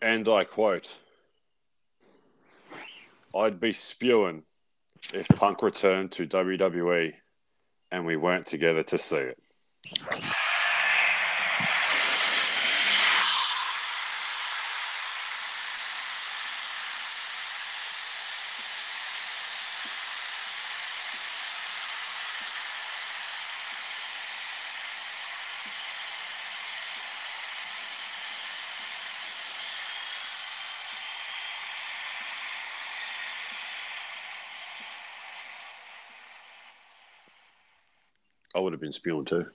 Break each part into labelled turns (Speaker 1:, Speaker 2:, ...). Speaker 1: and I quote, I'd be spewing if Punk returned to WWE and we weren't together to see it. I would have been spewing too.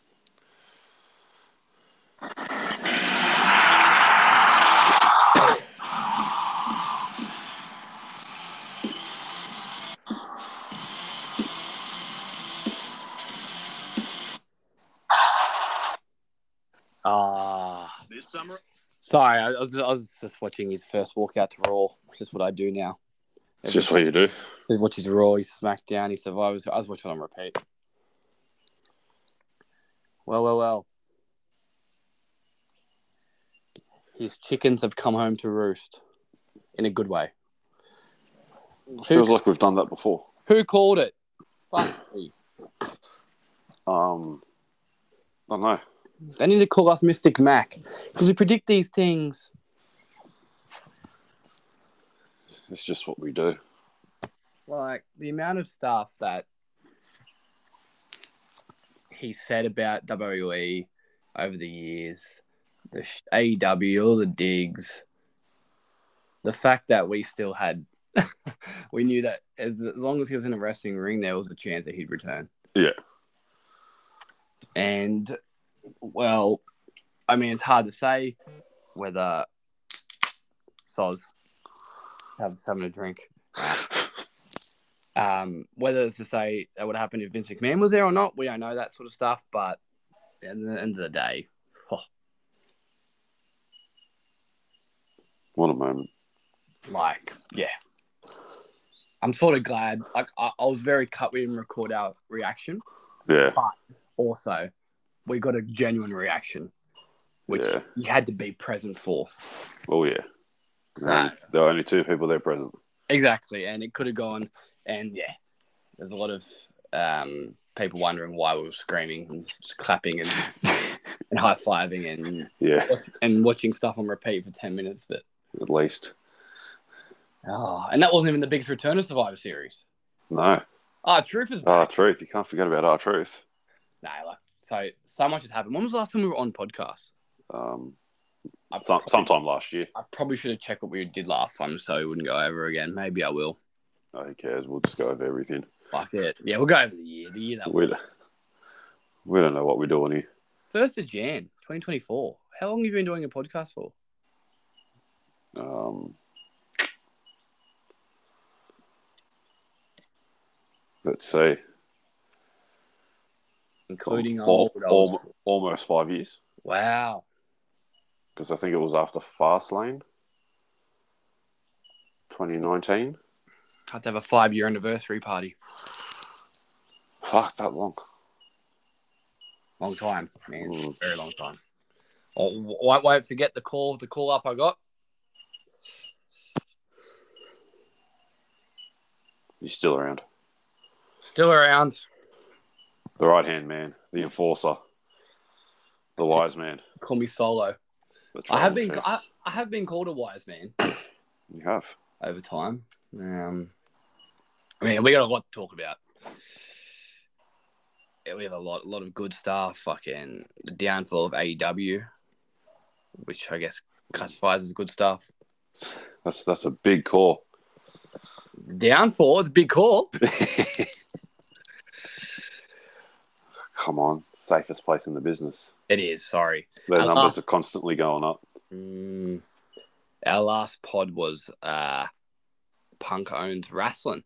Speaker 2: Ah,
Speaker 3: This summer,
Speaker 2: sorry. I was, I was just watching his first walkout to Raw, which is what I do now.
Speaker 1: It's just what you do.
Speaker 2: He watches Raw, he SmackDown, he Survivors. I was watching on repeat. Well, well, well. His chickens have come home to roost in a good way.
Speaker 1: Feels like we've done that before.
Speaker 2: Who called it? Fuck me.
Speaker 1: Um, I don't know.
Speaker 2: They need to call us Mystic Mac because we predict these things.
Speaker 1: It's just what we do.
Speaker 2: like the amount of stuff that he said about WWE over the years, the sh- AEW, all the digs, the fact that we still had, we knew that as, as long as he was in a wrestling ring, there was a chance that he'd return.
Speaker 1: Yeah.
Speaker 2: And, well, I mean, it's hard to say whether Soz has having a drink um, whether it's to say that would happen if Vince McMahon was there or not, we don't know that sort of stuff. But at the end of the day,
Speaker 1: What a moment.
Speaker 2: like, yeah, I'm sort of glad. Like, I, I was very cut. We didn't record our reaction.
Speaker 1: Yeah.
Speaker 2: Also, we got a genuine reaction, which
Speaker 1: Yeah.
Speaker 2: you had to be present for.
Speaker 1: Oh, yeah. And there are only two people there present.
Speaker 2: Exactly, and it could have gone. And yeah, there's a lot of um, people wondering why we were screaming and just clapping and, and high fiving and
Speaker 1: Yeah,
Speaker 2: and watching stuff on repeat for 10 minutes. But
Speaker 1: at least.
Speaker 2: oh, and that wasn't even the biggest return of Survivor Series.
Speaker 1: No.
Speaker 2: Ah, Truth is
Speaker 1: Our truth. You can't forget about our truth.
Speaker 2: nah, like so. So much has happened. When was the last time we were on podcast?
Speaker 1: Um,
Speaker 2: I,
Speaker 1: some,
Speaker 2: prob-
Speaker 1: sometime last year.
Speaker 2: I probably should have checked what we did last time so we wouldn't go over again. Maybe I will.
Speaker 1: Oh, who cares? We'll just go over everything.
Speaker 2: Fuck it. Yeah, we'll go over the year. The year that
Speaker 1: We, we don't know what we're doing here.
Speaker 2: first of Jan, 2024. How long have you been doing a podcast for?
Speaker 1: Um, let's see.
Speaker 2: Including
Speaker 1: Al-
Speaker 2: old,
Speaker 1: al-
Speaker 2: old-
Speaker 1: al- almost five years
Speaker 2: Wow.
Speaker 1: because I think it was after Fastlane 2019.
Speaker 2: Have to have a five year anniversary party.
Speaker 1: Fuck, that long.
Speaker 2: Long time, man.
Speaker 1: Mm.
Speaker 2: Very long time. Oh, w- won't, won't forget the call, the call up I got.
Speaker 1: He's still around.
Speaker 2: Still around.
Speaker 1: The right hand man, the enforcer, the
Speaker 2: That's it.
Speaker 1: wise man.
Speaker 2: Call me solo.
Speaker 1: the
Speaker 2: I have
Speaker 1: tribal
Speaker 2: been
Speaker 1: chief.
Speaker 2: I, I have been called a wise man
Speaker 1: You have.
Speaker 2: over time. Um, I mean, we got a lot to talk about. Yeah, we have a lot, a lot of good stuff. Fucking the downfall of AEW, which I guess classifies as good stuff.
Speaker 1: That's that's a big call.
Speaker 2: The downfall, it's a big call.
Speaker 1: Come on, safest place in the business.
Speaker 2: It is. Sorry.
Speaker 1: Their
Speaker 2: I
Speaker 1: numbers
Speaker 2: laugh.
Speaker 1: are constantly going up.
Speaker 2: Mm. Our last pod was uh, Punk owns wrestling.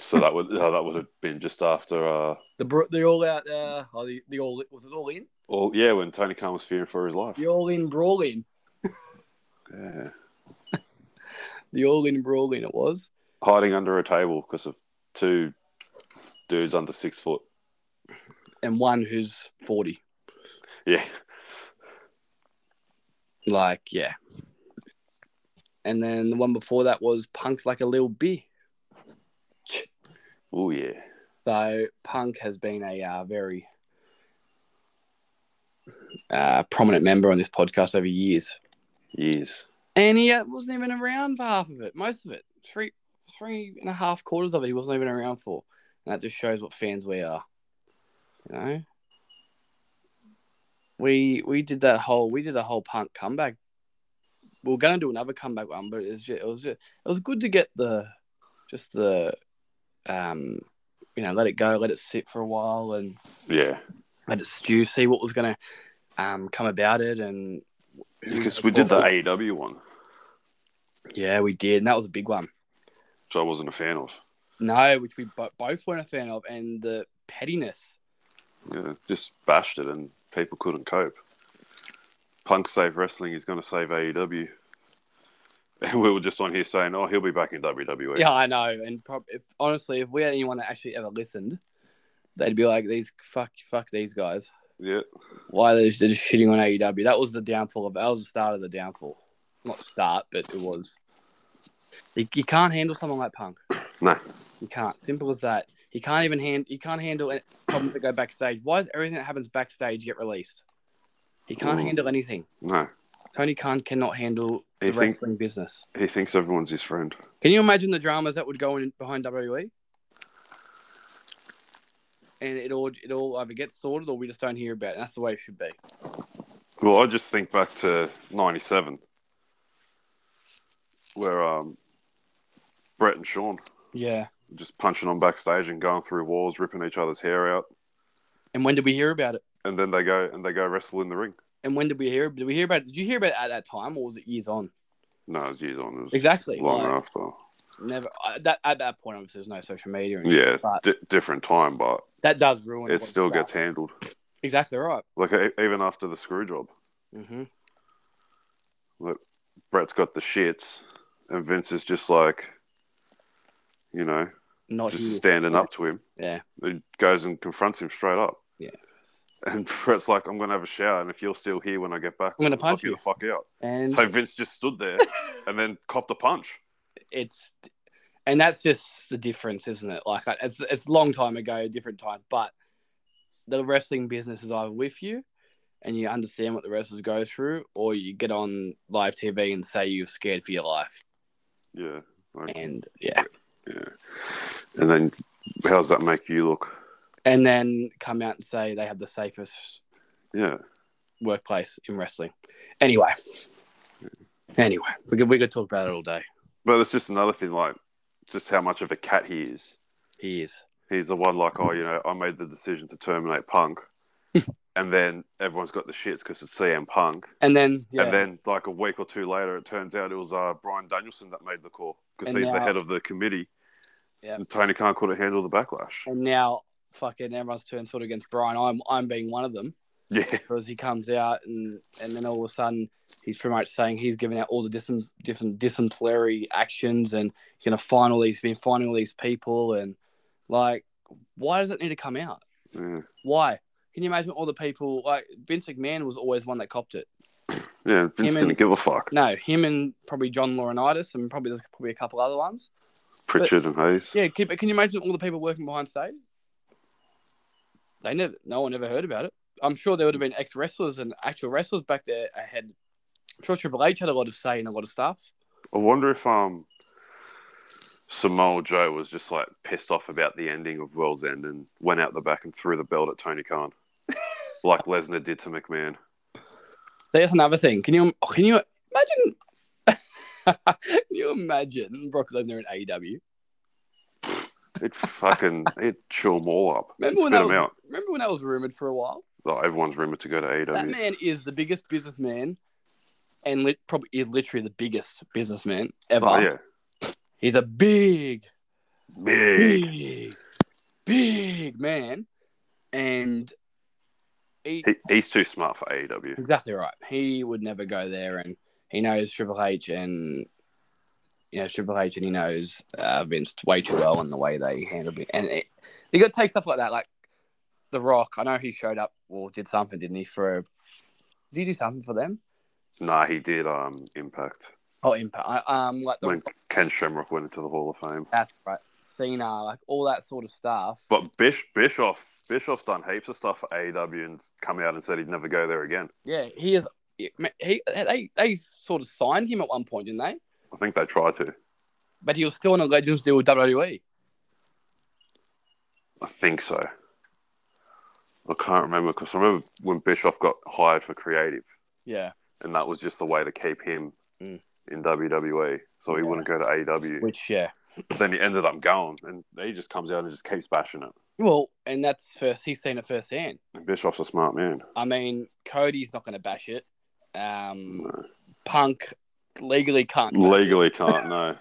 Speaker 1: So that would uh, that would have been just after. Uh,
Speaker 2: The bro- the all out uh, oh, the, the all was it all in
Speaker 1: well, yeah, when Tony Khan was fearing for his life.
Speaker 2: the all in brawling
Speaker 1: Yeah.
Speaker 2: the all in brawling it was.
Speaker 1: Hiding under a table because of two dudes under six foot.
Speaker 2: and one who's 40.
Speaker 1: Yeah,
Speaker 2: Like, yeah. And then the one before that was Punk's Like a Little B.
Speaker 1: Oh yeah.
Speaker 2: So Punk has been a uh, very uh, prominent member on this podcast over years.
Speaker 1: Years.
Speaker 2: And he uh, wasn't even around for half of it, most of it. Three three and a half quarters of it he wasn't even around for. And that just shows what fans we are. You know? We we did that whole we did a whole punk comeback. We were gonna do another comeback one, but it was just, it was just, it was good to get the just the um you know, let it go, let it sit for a while and
Speaker 1: Yeah.
Speaker 2: let it stew, see what was gonna um come about it and
Speaker 1: Because we did the AEW one,
Speaker 2: yeah, we did, and that was a big one.
Speaker 1: which I wasn't a fan of.
Speaker 2: No, which we bo- both weren't a fan of, and the pettiness.
Speaker 1: Yeah, just bashed it, and people couldn't cope. Punk saved wrestling. He's going to save AEW. And we were just on here saying, "Oh, he'll be back in E." WWE."
Speaker 2: Yeah, I know. And prob- if, honestly, if we had anyone that actually ever listened, they'd be like, "These fuck, fuck these guys.
Speaker 1: Yeah.
Speaker 2: Why are they just, they're just shitting on AEW?" That was the downfall of. That was the start of the downfall. Not start, but it was. You, you can't handle someone like Punk.
Speaker 1: No.
Speaker 2: You can't. Simple as that. You can't even hand. You can't handle any problems that go backstage. Why does everything that happens backstage get released? He can't
Speaker 1: Mm.
Speaker 2: handle anything.
Speaker 1: No.
Speaker 2: Tony Khan cannot handle the
Speaker 1: You think-
Speaker 2: wrestling business.
Speaker 1: He thinks everyone's his friend.
Speaker 2: Can you imagine the dramas that would go in behind WWE? And it all it all either gets sorted or we just don't hear about it. That's the way it should be.
Speaker 1: Well, I just think back to '97, where um, Brett and Sean
Speaker 2: Yeah.
Speaker 1: were just punching on backstage and going through walls, ripping each other's hair out,
Speaker 2: And when did we hear about it?
Speaker 1: and then they go and they go wrestle in the ring.
Speaker 2: And when did we hear? Did we hear about? It? Did you hear about it at that time, or was it years on?
Speaker 1: No, it was years on. It was
Speaker 2: Exactly.
Speaker 1: long
Speaker 2: Like,
Speaker 1: after.
Speaker 2: never. I, that at that point, obviously, there's no social media. And
Speaker 1: Yeah,
Speaker 2: but-
Speaker 1: di- different time, but
Speaker 2: That does ruin.
Speaker 1: it still
Speaker 2: gets
Speaker 1: gets handled.
Speaker 2: exactly right.
Speaker 1: Like e- even after the screw job,
Speaker 2: hmm
Speaker 1: Brett's got the shits, and Vince is just like, you know,
Speaker 2: Not
Speaker 1: just
Speaker 2: here.
Speaker 1: standing up to him.
Speaker 2: Yeah.
Speaker 1: He goes and confronts him straight up.
Speaker 2: Yeah.
Speaker 1: And Brett's like, "I'm gonna have a shower, and if you're still here when I get back,
Speaker 2: I'm gonna
Speaker 1: I'll
Speaker 2: punch
Speaker 1: knock you
Speaker 2: you."
Speaker 1: the fuck out."
Speaker 2: and
Speaker 1: So Vince just stood there and then copped a punch.
Speaker 2: it's and that's just the difference, isn't it? Like I- it's it's a long time ago, different time, but the wrestling business is either with you and you understand what the wrestlers go through, or you get on live TV and say you're scared for your life.
Speaker 1: Yeah. Like,
Speaker 2: And yeah,
Speaker 1: yeah. And then, how does that make you look?
Speaker 2: and then come out and say they have the safest
Speaker 1: Yeah.
Speaker 2: workplace in wrestling. Anyway, anyway, we could we could talk about it all day.
Speaker 1: But it's just another thing, like just how much of a cat he is.
Speaker 2: He is.
Speaker 1: He's the one, like, oh, you know, I made the decision to terminate Punk, and then everyone's got the shits because it's CM Punk,
Speaker 2: And then yeah,
Speaker 1: and then like a week or two later, it turns out it was uh, Brian Danielson that made the call because
Speaker 2: And
Speaker 1: he's the
Speaker 2: now-
Speaker 1: head of the committee.
Speaker 2: Yeah.
Speaker 1: And Tony Khan couldn't handle the backlash.
Speaker 2: and now fucking everyone's turned sort of against Brian. I'm I'm being one of them.
Speaker 1: Yeah,
Speaker 2: because he comes out and and then all of a sudden he's pretty much saying he's giving out all the different different disciplinary actions and he's gonna find all these he's been finding all these people and like why does it need to come out?
Speaker 1: yeah,
Speaker 2: Why? Can you imagine all the people like Vince McMahon was always one that copped it.
Speaker 1: yeah. Vince
Speaker 2: Him and-
Speaker 1: didn't give a fuck.
Speaker 2: No, him and probably John Laurinaitis and probably there's probably a couple other ones.
Speaker 1: Pritchard and Hayes.
Speaker 2: Yeah, can, can you imagine all the people working behind stage? They never, no one ever heard about it. I'm sure there would have been ex wrestlers and actual wrestlers back there ahead. I'm sure Triple H had a lot of say in a lot of stuff.
Speaker 1: I wonder if um Samoa Joe was just like pissed off about the ending of World's End and went out the back and threw the belt at Tony Khan, like Lesnar did to McMahon.
Speaker 2: There's another thing. Can you oh, can you imagine? can you imagine Brock Lesnar E in AEW?
Speaker 1: It fucking it chew them all up. Remember
Speaker 2: Remember
Speaker 1: spit
Speaker 2: when that
Speaker 1: them
Speaker 2: was-
Speaker 1: out.
Speaker 2: Remember when that was rumored for a while?
Speaker 1: Like, everyone's rumored to E go to
Speaker 2: That
Speaker 1: AEW.
Speaker 2: man is the biggest businessman, and lit, probably is literally the biggest businessman ever.
Speaker 1: Oh yeah,
Speaker 2: He's a big
Speaker 1: big.
Speaker 2: big, big man, and he,
Speaker 1: He, he's too smart for E AEW.
Speaker 2: exactly right. He would never go there, and he knows Triple H, and you know Triple H, and he knows uh, Vince way too well in the way they handle it. And it, you got to take stuff like that, like The Rock. I know he showed up, or did something, didn't he? For did he do something for them?
Speaker 1: Nah, he did um Impact.
Speaker 2: Oh, Impact. I, um, like the,
Speaker 1: when Ken Shamrock went into the Hall of Fame.
Speaker 2: that's right. Cena, like all that sort of stuff.
Speaker 1: But Bish, Bischoff, Bischoff's done heaps of stuff for AEW and's come out and said he'd never go there again.
Speaker 2: Yeah, he is. He, he- they they sort of signed him at one point, didn't they?
Speaker 1: I think they try to.
Speaker 2: But he was still on a Legends deal with E. WWE.
Speaker 1: I think so. I can't remember because I remember when Bischoff got hired for creative,
Speaker 2: Yeah,
Speaker 1: and that was just the way to keep him
Speaker 2: Mm.
Speaker 1: in WWE, so he
Speaker 2: Yeah.
Speaker 1: wouldn't go to AEW.
Speaker 2: which yeah.
Speaker 1: But then he ended up going, and he just comes out and just keeps bashing it.
Speaker 2: Well, and that's first. He's seen it firsthand.
Speaker 1: And Bischoff's a smart man.
Speaker 2: I mean, Cody's not going to bash it. Um,
Speaker 1: No.
Speaker 2: Punk legally can't. bash it.
Speaker 1: Legally can't. No,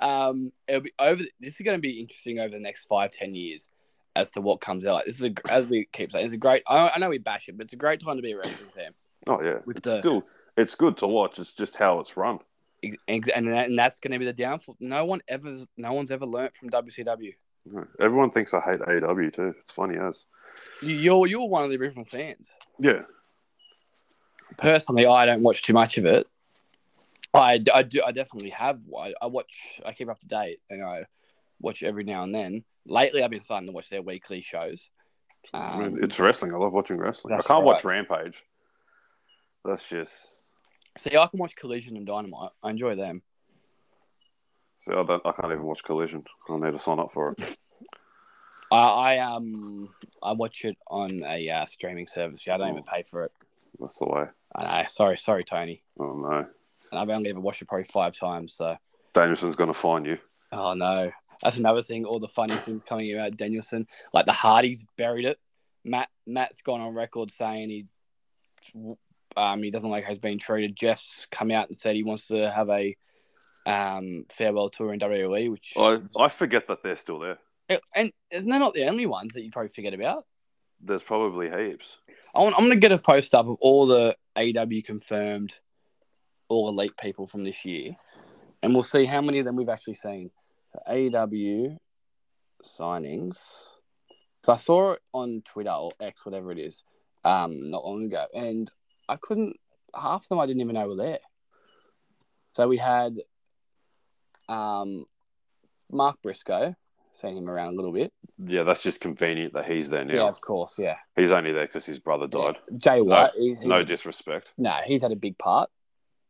Speaker 2: um, it'll be over. This is going to be interesting over the next five, ten years as to what comes out. This is a, as we keep saying, it's a great. I, I know we bash it, but it's a great time to be a wrestling fan.
Speaker 1: oh yeah,
Speaker 2: With
Speaker 1: it's
Speaker 2: the-
Speaker 1: still it's good to watch. It's just how it's run.
Speaker 2: Ex- ex- And that, and that's going to be the downfall. No one ever, no one's ever learnt from WCW.
Speaker 1: No. Everyone thinks I hate AEW too. It's funny as.
Speaker 2: You- You're you're one of the original fans.
Speaker 1: Yeah,
Speaker 2: Personally, I don't watch too much of it. I, d- I do I definitely have. I, I watch. I keep up to date, and I watch every now and then. Lately, I've been starting to watch their weekly shows.
Speaker 1: I mean,
Speaker 2: Um,
Speaker 1: it's wrestling. I love watching wrestling. I
Speaker 2: that's
Speaker 1: can't watch Rampage. That's just
Speaker 2: see, I can watch Collision and Dynamite. I enjoy them.
Speaker 1: See, I, don't, I can't even watch Collision. I need to sign up for it.
Speaker 2: I, I um I watch it on a uh, streaming service. Yeah, I don't even pay for it.
Speaker 1: That's the way.
Speaker 2: I know. Sorry, sorry, Tony.
Speaker 1: Oh no,
Speaker 2: And I've only ever watched it probably five times. So,
Speaker 1: Danielson's gonna find you.
Speaker 2: oh no, that's another thing. All the funny things coming about Danielson, like the Hardys buried it. Matt Matt's gone on record saying he um he doesn't like how he's being treated. Jeff's come out and said he wants to have a um farewell tour in WWE, which
Speaker 1: I I forget that they're still there.
Speaker 2: and they're not the only ones that you probably forget about.
Speaker 1: There's probably heaps.
Speaker 2: I want, I'm going to get a post up of all the AW confirmed, all elite people from this year, and we'll see how many of them we've actually seen. So AW signings. So I saw it on Twitter or X, whatever it is, um, not long ago, and I couldn't. Half of them I didn't even know were there. So we had um, Mark Briscoe, seen him around a little bit.
Speaker 1: Yeah, that's just convenient that he's there now.
Speaker 2: Yeah, of course, yeah.
Speaker 1: He's only there because his brother died.
Speaker 2: Jay White. he- he-
Speaker 1: No disrespect.
Speaker 2: no, he's had a big part.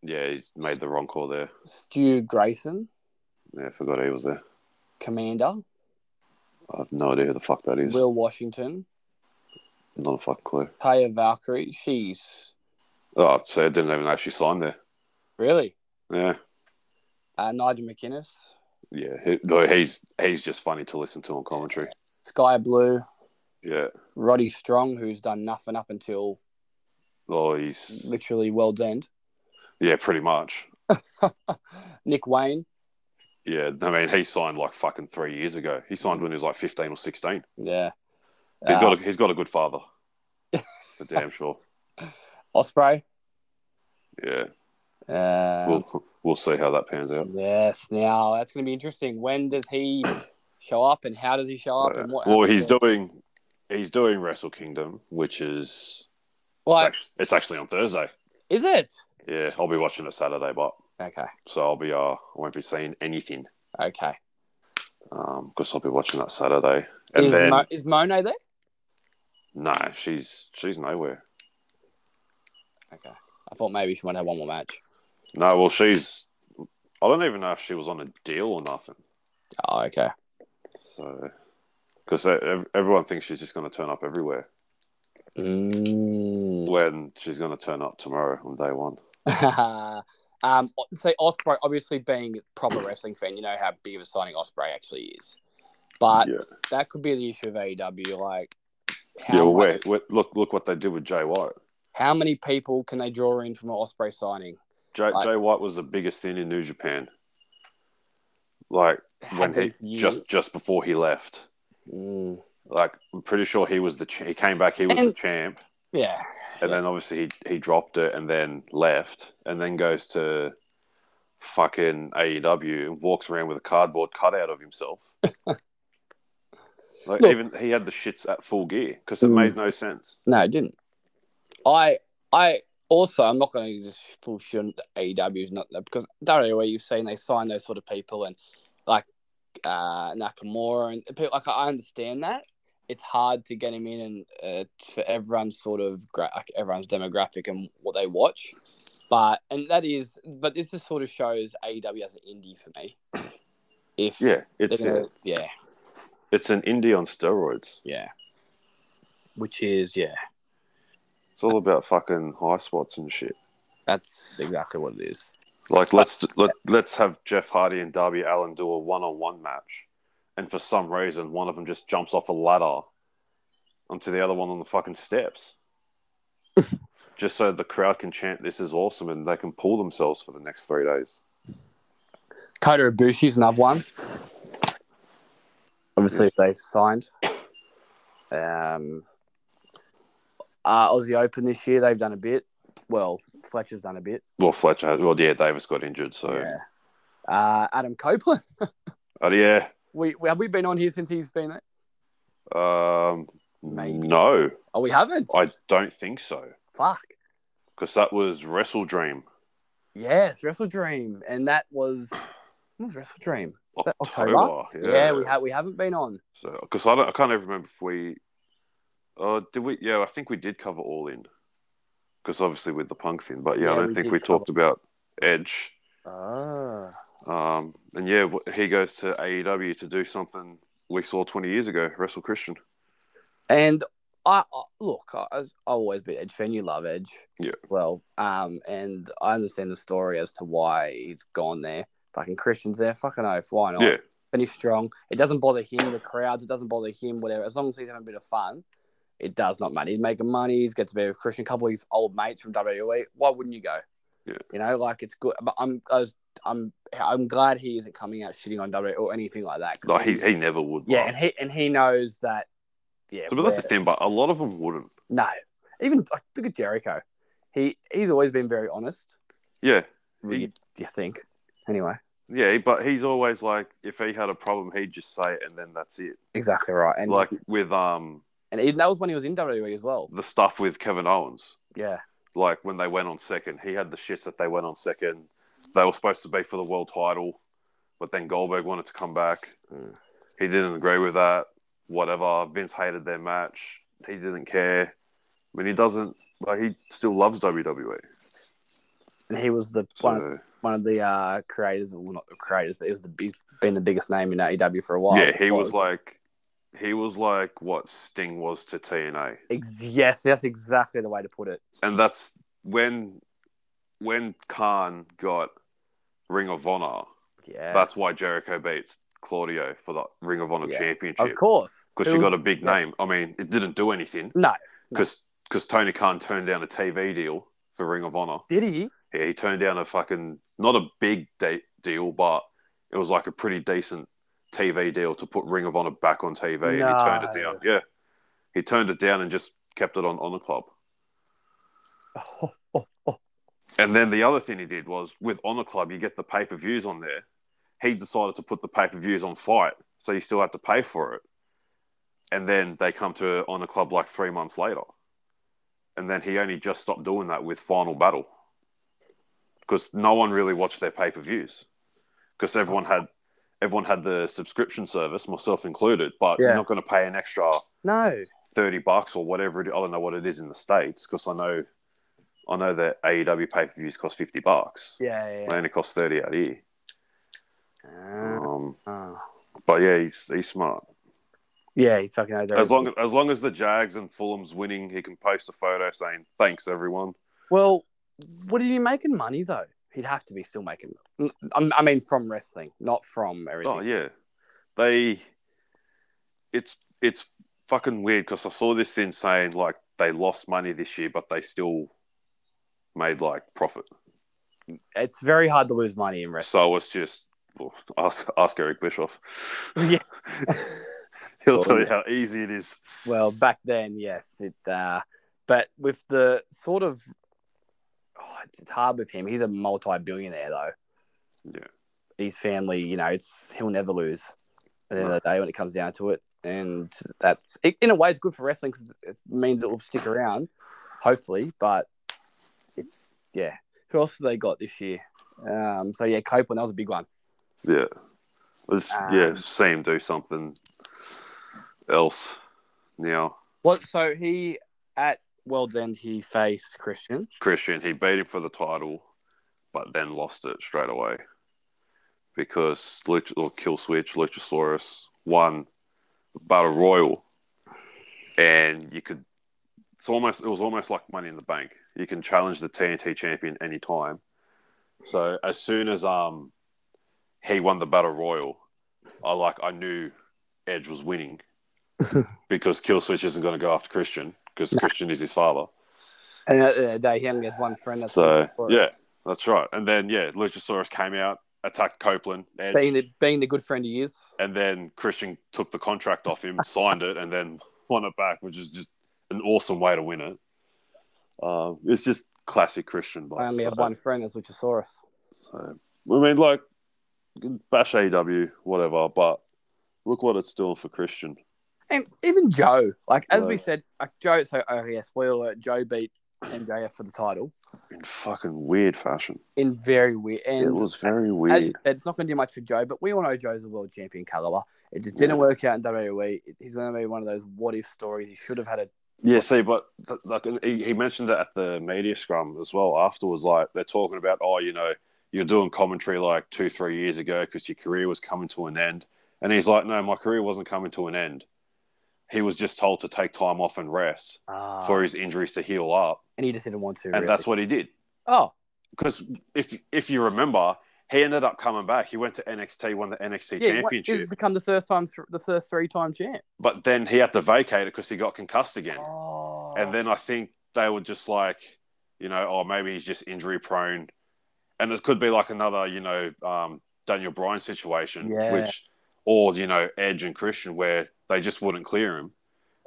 Speaker 1: Yeah, he's made the wrong call there.
Speaker 2: Stu Grayson,
Speaker 1: Yeah, I forgot he was there.
Speaker 2: Commander,
Speaker 1: I have no idea who the fuck that is.
Speaker 2: Will Washington,
Speaker 1: Not a fucking clue.
Speaker 2: Taya Valkyrie. She's
Speaker 1: Oh, so I didn't even actually sign there.
Speaker 2: really
Speaker 1: Yeah,
Speaker 2: uh, Nigel McInnes,
Speaker 1: yeah. He, no, he's he's just funny to listen to on commentary.
Speaker 2: Sky Blue,
Speaker 1: Yeah.
Speaker 2: Roddy Strong, who's done nothing up until
Speaker 1: Oh, he's
Speaker 2: literally World's End,
Speaker 1: yeah, pretty much.
Speaker 2: Nick Wayne.
Speaker 1: Yeah, I mean, he signed like fucking three years ago. He signed when he was like fifteen or sixteen.
Speaker 2: Yeah.
Speaker 1: He's
Speaker 2: Uh,
Speaker 1: got a, he's got a good father, for damn sure.
Speaker 2: Osprey.
Speaker 1: Yeah,
Speaker 2: Uh,
Speaker 1: we'll we'll see how that pans out.
Speaker 2: Yes. Now that's going to be interesting. When does he show up, and how does he show up, and what?
Speaker 1: Well,
Speaker 2: happens
Speaker 1: he's
Speaker 2: there?
Speaker 1: doing he's doing Wrestle Kingdom, which is it's,
Speaker 2: Like,
Speaker 1: actually, it's actually on Thursday.
Speaker 2: is it?
Speaker 1: Yeah, I'll be watching it Saturday, but
Speaker 2: Okay.
Speaker 1: so I'll be uh I won't be seeing anything
Speaker 2: Okay.
Speaker 1: um because I'll be watching that Saturday. And
Speaker 2: is,
Speaker 1: then
Speaker 2: Mo- is Mono there?
Speaker 1: no, she's she's nowhere.
Speaker 2: Okay. I thought maybe she might have one more match.
Speaker 1: No, well she's I don't even know if she was on a deal or nothing.
Speaker 2: Oh, okay.
Speaker 1: So, because everyone thinks she's just going to turn up everywhere
Speaker 2: Mm.
Speaker 1: when she's going to turn up tomorrow on day one.
Speaker 2: um, so Osprey, obviously being a proper wrestling fan, you know how big of a signing Osprey actually is. But
Speaker 1: yeah,
Speaker 2: that could be the issue of AEW. Like, how,
Speaker 1: yeah. Well,
Speaker 2: much-
Speaker 1: wait, wait, look, look what they did with Jay White.
Speaker 2: how many people can they draw in from an Osprey signing?
Speaker 1: Jay,
Speaker 2: Right.
Speaker 1: Jay White was the biggest thing in New Japan. Like when
Speaker 2: Haven't
Speaker 1: he
Speaker 2: you-
Speaker 1: just just before he left,
Speaker 2: Mm.
Speaker 1: like I'm pretty sure he was the ch- he came back he was the
Speaker 2: And-
Speaker 1: champ,
Speaker 2: yeah,
Speaker 1: and then obviously he he dropped it and then left and then goes to fucking AEW and walks around with a cardboard cutout of himself. like
Speaker 2: Look-
Speaker 1: even he had the shits at full gear because it
Speaker 2: Mm.
Speaker 1: made no sense.
Speaker 2: no, it didn't. I, I, also, I'm not going to just full shun AEW's E not there because WWE, you've seen they sign those sort of people and like uh, Nakamura and people like I understand that it's hard to get him in and uh, for everyone's sort of gra- like everyone's demographic and what they watch. But and that is, but this just sort of shows AEW as an indie for me. If
Speaker 1: Yeah,
Speaker 2: they're
Speaker 1: it's uh,
Speaker 2: gonna-
Speaker 1: a,
Speaker 2: yeah,
Speaker 1: it's an indie on steroids.
Speaker 2: yeah, which is yeah,
Speaker 1: It's all about fucking high spots and shit.
Speaker 2: that's exactly what it is.
Speaker 1: Like let's let, let's have Jeff Hardy and Darby Allen do a one-on-one match, and for some reason one of them just jumps off a ladder onto the other one on the fucking steps, just so the crowd can chant "This is awesome" and they can pull themselves for the next three days.
Speaker 2: Kota Ibushi's another one. Obviously, if they've signed. Um, uh, Aussie Open this year, they've done a bit. Well, Fletcher's done a bit.
Speaker 1: Well, Fletcher, has, well, yeah, Davis got injured, so yeah.
Speaker 2: Uh, Adam Copeland.
Speaker 1: Uh, yeah
Speaker 2: We, we have we been on here since he's been there?
Speaker 1: um,
Speaker 2: Maybe.
Speaker 1: no,
Speaker 2: Oh, we haven't.
Speaker 1: I don't think so,
Speaker 2: Fuck.
Speaker 1: because that was Wrestle Dream
Speaker 2: Yes, Wrestle Dream, and that was what was Wrestle Dream. Was that
Speaker 1: October.
Speaker 2: October? Yeah, we have we haven't been on.
Speaker 1: So, because I don't, I can't even remember if we, uh, did we? Yeah, I think we did cover all in, because obviously with the punk thing. But yeah, I
Speaker 2: Yeah,
Speaker 1: don't
Speaker 2: we
Speaker 1: think
Speaker 2: did
Speaker 1: we
Speaker 2: cover-
Speaker 1: talked about Edge.
Speaker 2: Ah,
Speaker 1: Um, and yeah, wh- he goes to AEW to do something we saw 20 years ago, Wrestle Christian.
Speaker 2: and I, I look, I, I've always been Edge fan. You love Edge,
Speaker 1: Yeah.
Speaker 2: Well, um, and I understand the story as to why he's gone there. Fucking Christian's there. Fucking oath. Why not?
Speaker 1: Yeah.
Speaker 2: Finish strong. It doesn't bother him. The crowds. It doesn't bother him. Whatever. As long as he's having a bit of fun, it does not matter. He's making money. He's got to be with Christian. A couple of his old mates from WWE. Why wouldn't you go?
Speaker 1: Yeah.
Speaker 2: You know, like it's good. But I'm, I was, I'm, I'm glad he isn't coming out shitting on WWE or anything like that. 'cause
Speaker 1: Like he, he never would.
Speaker 2: yeah,
Speaker 1: like.
Speaker 2: and he and he knows that. Yeah,
Speaker 1: so, but that's the
Speaker 2: where-
Speaker 1: thing. But a lot of them wouldn't.
Speaker 2: no, even like, look at Jericho. He he's always been very honest.
Speaker 1: Yeah,
Speaker 2: Would
Speaker 1: He-
Speaker 2: you, do you think? Anyway,
Speaker 1: yeah. But he's always like, if he had a problem, he'd just say it, and then that's it.
Speaker 2: exactly right. And
Speaker 1: Like with um
Speaker 2: and even, that was when he was in WWE as well.
Speaker 1: the stuff with Kevin Owens.
Speaker 2: Yeah,
Speaker 1: like when they went on second, he had the shits that they went on second. They were supposed to be for the world title, but then Goldberg wanted to come back.
Speaker 2: Mm.
Speaker 1: He didn't agree with that. Whatever. Vince hated their match. He didn't care. I mean, he doesn't like he still loves WWE.
Speaker 2: and he was the
Speaker 1: So
Speaker 2: one of, one of the uh, creators, well not the creators, but he was the big, been the biggest name in AEW for a while.
Speaker 1: yeah, he
Speaker 2: So
Speaker 1: was
Speaker 2: it's-
Speaker 1: like he was like what Sting was to TNA.
Speaker 2: ex- yes, that's exactly the way to put it.
Speaker 1: and that's when when Khan got Ring of Honor.
Speaker 2: Yeah,
Speaker 1: That's why Jericho beats Claudio for the Ring of Honor
Speaker 2: Yeah.
Speaker 1: championship
Speaker 2: of course
Speaker 1: because
Speaker 2: It
Speaker 1: she
Speaker 2: was-
Speaker 1: got a big
Speaker 2: yes.
Speaker 1: name. I mean, it didn't do anything
Speaker 2: No,
Speaker 1: because Tony Khan turned down a TV deal for Ring of Honor.
Speaker 2: did he?
Speaker 1: Yeah, he turned down a fucking not a big de- deal, but it was like a pretty decent TV deal to put Ring of Honor back on TV, and he turned it
Speaker 2: No.
Speaker 1: down. Yeah, he turned it down and just kept it on Honor Club.
Speaker 2: Oh, oh, oh.
Speaker 1: And then the other thing he did was with Honor Club, you get the pay per views on there. He decided to put the pay per views on Fight, so you still have to pay for it. And then they come to Honor Club like three months later. And then he only just stopped doing that with Final Battle because no one really watched their pay per views because everyone had everyone had the subscription service, myself included. But
Speaker 2: Yeah.
Speaker 1: you're not going to pay an extra
Speaker 2: No,
Speaker 1: thirty bucks or whatever it, I don't know what it is in the states because I know I know that AEW pay per views cost fifty bucks.
Speaker 2: yeah, yeah.
Speaker 1: They only cost thirty out here.
Speaker 2: yeah.
Speaker 1: Um,
Speaker 2: Oh.
Speaker 1: but yeah, he's he's smart.
Speaker 2: Yeah, he's fucking out
Speaker 1: As long as, as long as the Jags and Fulham's winning, he can post a photo saying "Thanks everyone."
Speaker 2: Well, what are you making money though? He'd have to be still making. I'm- I mean, from wrestling, not from everything.
Speaker 1: Oh yeah, they. It's it's fucking weird because I saw this thing saying like they lost money this year, but they still made like profit.
Speaker 2: It's very hard to lose money in wrestling.
Speaker 1: So it's just well, ask ask Eric Bischoff.
Speaker 2: Yeah.
Speaker 1: He'll tell you how easy it is.
Speaker 2: Well, back then, yes, it. Uh, but with the sort of, oh, it's it's hard with him. He's a multi-billionaire though.
Speaker 1: Yeah.
Speaker 2: His family, you know, it's he'll never lose. At the end
Speaker 1: No.
Speaker 2: of the day, when it comes down to it, and that's in a way, it's good for wrestling because it means it will stick around, hopefully. But it's yeah. Who else have they got this year? Um, so yeah, Copeland that was a big one.
Speaker 1: Yeah. Let's
Speaker 2: Um,
Speaker 1: yeah, see him do something else now.
Speaker 2: What? So he at World's End he faced Christian.
Speaker 1: Christian, he beat him for the title, but then lost it straight away because Lucha or Kill Switch Luchasaurus won the Battle Royal, and you could. It's almost it was almost like Money in the Bank. You can challenge the TNT champion any time. So as soon as um he won the Battle Royal, I like I knew Edge was winning because Kill Switch isn't going to go after Christian because Christian is his father.
Speaker 2: And at the end of the day, he only has one friend. That's
Speaker 1: So
Speaker 2: good for it.
Speaker 1: yeah, that's right. And then yeah, Luchasaurus came out, attacked Copeland, Edge,
Speaker 2: being the being the good friend he is.
Speaker 1: and then Christian took the contract off him, signed it, and then won it back, which is just an awesome way to win it. Um, it's just classic Christian. But
Speaker 2: I only have one friend. That's Luchasaurus.
Speaker 1: So, I mean, like bash AEW, whatever, but look what it's doing for Christian.
Speaker 2: And even Joe, like as we
Speaker 1: Right.
Speaker 2: said, like Joe. So oh yeah, spoiler alert, Joe beat MJF for the title
Speaker 1: In fucking weird fashion.
Speaker 2: in very weird. And
Speaker 1: it was very
Speaker 2: as
Speaker 1: weird.
Speaker 2: you said, it's not going to do much for Joe, but we all know Joe's a world champion caliber. It just didn't
Speaker 1: Yeah.
Speaker 2: work out in WWE. He's going to be one of those what if stories. He should have had a
Speaker 1: Yeah, see, but th- like he, he mentioned that at the media scrum as well. Afterwards, like they're talking about, oh, you know, you're doing commentary like two, three years ago because your career was coming to an end, and he's like, no, my career wasn't coming to an end. He was just told to take time off and rest
Speaker 2: ah,
Speaker 1: for his injuries to heal up,
Speaker 2: and he just didn't want to.
Speaker 1: and that's what he did.
Speaker 2: oh
Speaker 1: Because if if you remember, he ended up coming back. He went to NXT, won the NXT
Speaker 2: yeah, what-
Speaker 1: championship,
Speaker 2: he's become the first time th- the first three time champ.
Speaker 1: but then he had to vacate it because he got concussed again.
Speaker 2: Oh.
Speaker 1: And then I think they were just like, you know, oh, maybe he's just injury prone. And it could be like another, you know, um, Daniel Bryan situation,
Speaker 2: Yeah.
Speaker 1: which, or, you know, Edge and Christian, where they just wouldn't clear him.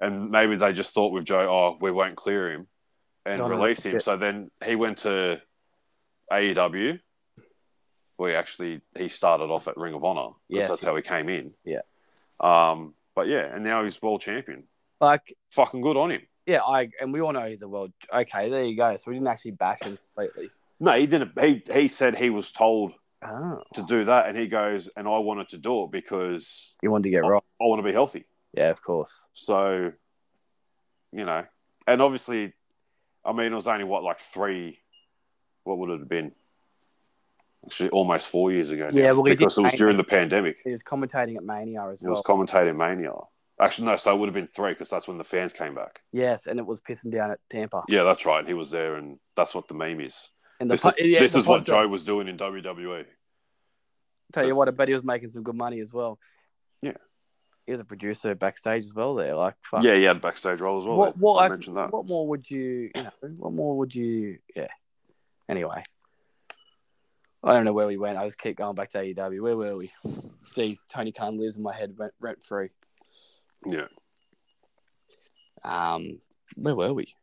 Speaker 1: And maybe they just thought with Joe, oh, we won't clear him and
Speaker 2: No, no,
Speaker 1: release him.
Speaker 2: yeah.
Speaker 1: So then he went to AEW. Well, he actually, he started off at Ring of Honor because
Speaker 2: Yes.
Speaker 1: that's how he came in.
Speaker 2: Yeah.
Speaker 1: Um, but yeah, and now he's world champion.
Speaker 2: like
Speaker 1: Fucking good on him.
Speaker 2: yeah, I and we all know he's a world. Okay, there you go. So we didn't actually bash him completely.
Speaker 1: No, he didn't. He he said he was told
Speaker 2: Oh,
Speaker 1: to do that, and he goes, and I wanted to do it because
Speaker 2: you wanted to get right.
Speaker 1: I want to be healthy.
Speaker 2: Yeah, of course.
Speaker 1: So, you know, and obviously, I mean, it was only what like three, what would it have been? Actually, almost four years ago. Now,
Speaker 2: Yeah, well, he did
Speaker 1: because it was
Speaker 2: say-
Speaker 1: during the pandemic.
Speaker 2: He was commentating at Mania as
Speaker 1: It was
Speaker 2: well.
Speaker 1: commentating mania. Actually, no, so it would have been three because that's when the fans came back.
Speaker 2: yes, and it was pissing down at Tampa.
Speaker 1: Yeah, that's right. He was there, and that's what the meme is.
Speaker 2: And
Speaker 1: This
Speaker 2: pu-
Speaker 1: is,
Speaker 2: yeah,
Speaker 1: this
Speaker 2: the
Speaker 1: is what
Speaker 2: podcast-
Speaker 1: Joe was doing in E. WWE.
Speaker 2: Tell you
Speaker 1: That's-
Speaker 2: what, I bet he was making some good money as well.
Speaker 1: Yeah.
Speaker 2: He was a producer backstage as well there. Like fuck.
Speaker 1: Yeah, he had backstage role as well.
Speaker 2: what what
Speaker 1: I
Speaker 2: I-
Speaker 1: mentioned that.
Speaker 2: what more would you you know, what more would you yeah. Anyway. I don't know where we went. I just keep going back to AEW. Where were we? Jeez, Tony Khan lives in my head rent rent free.
Speaker 1: Yeah.
Speaker 2: Um where were we?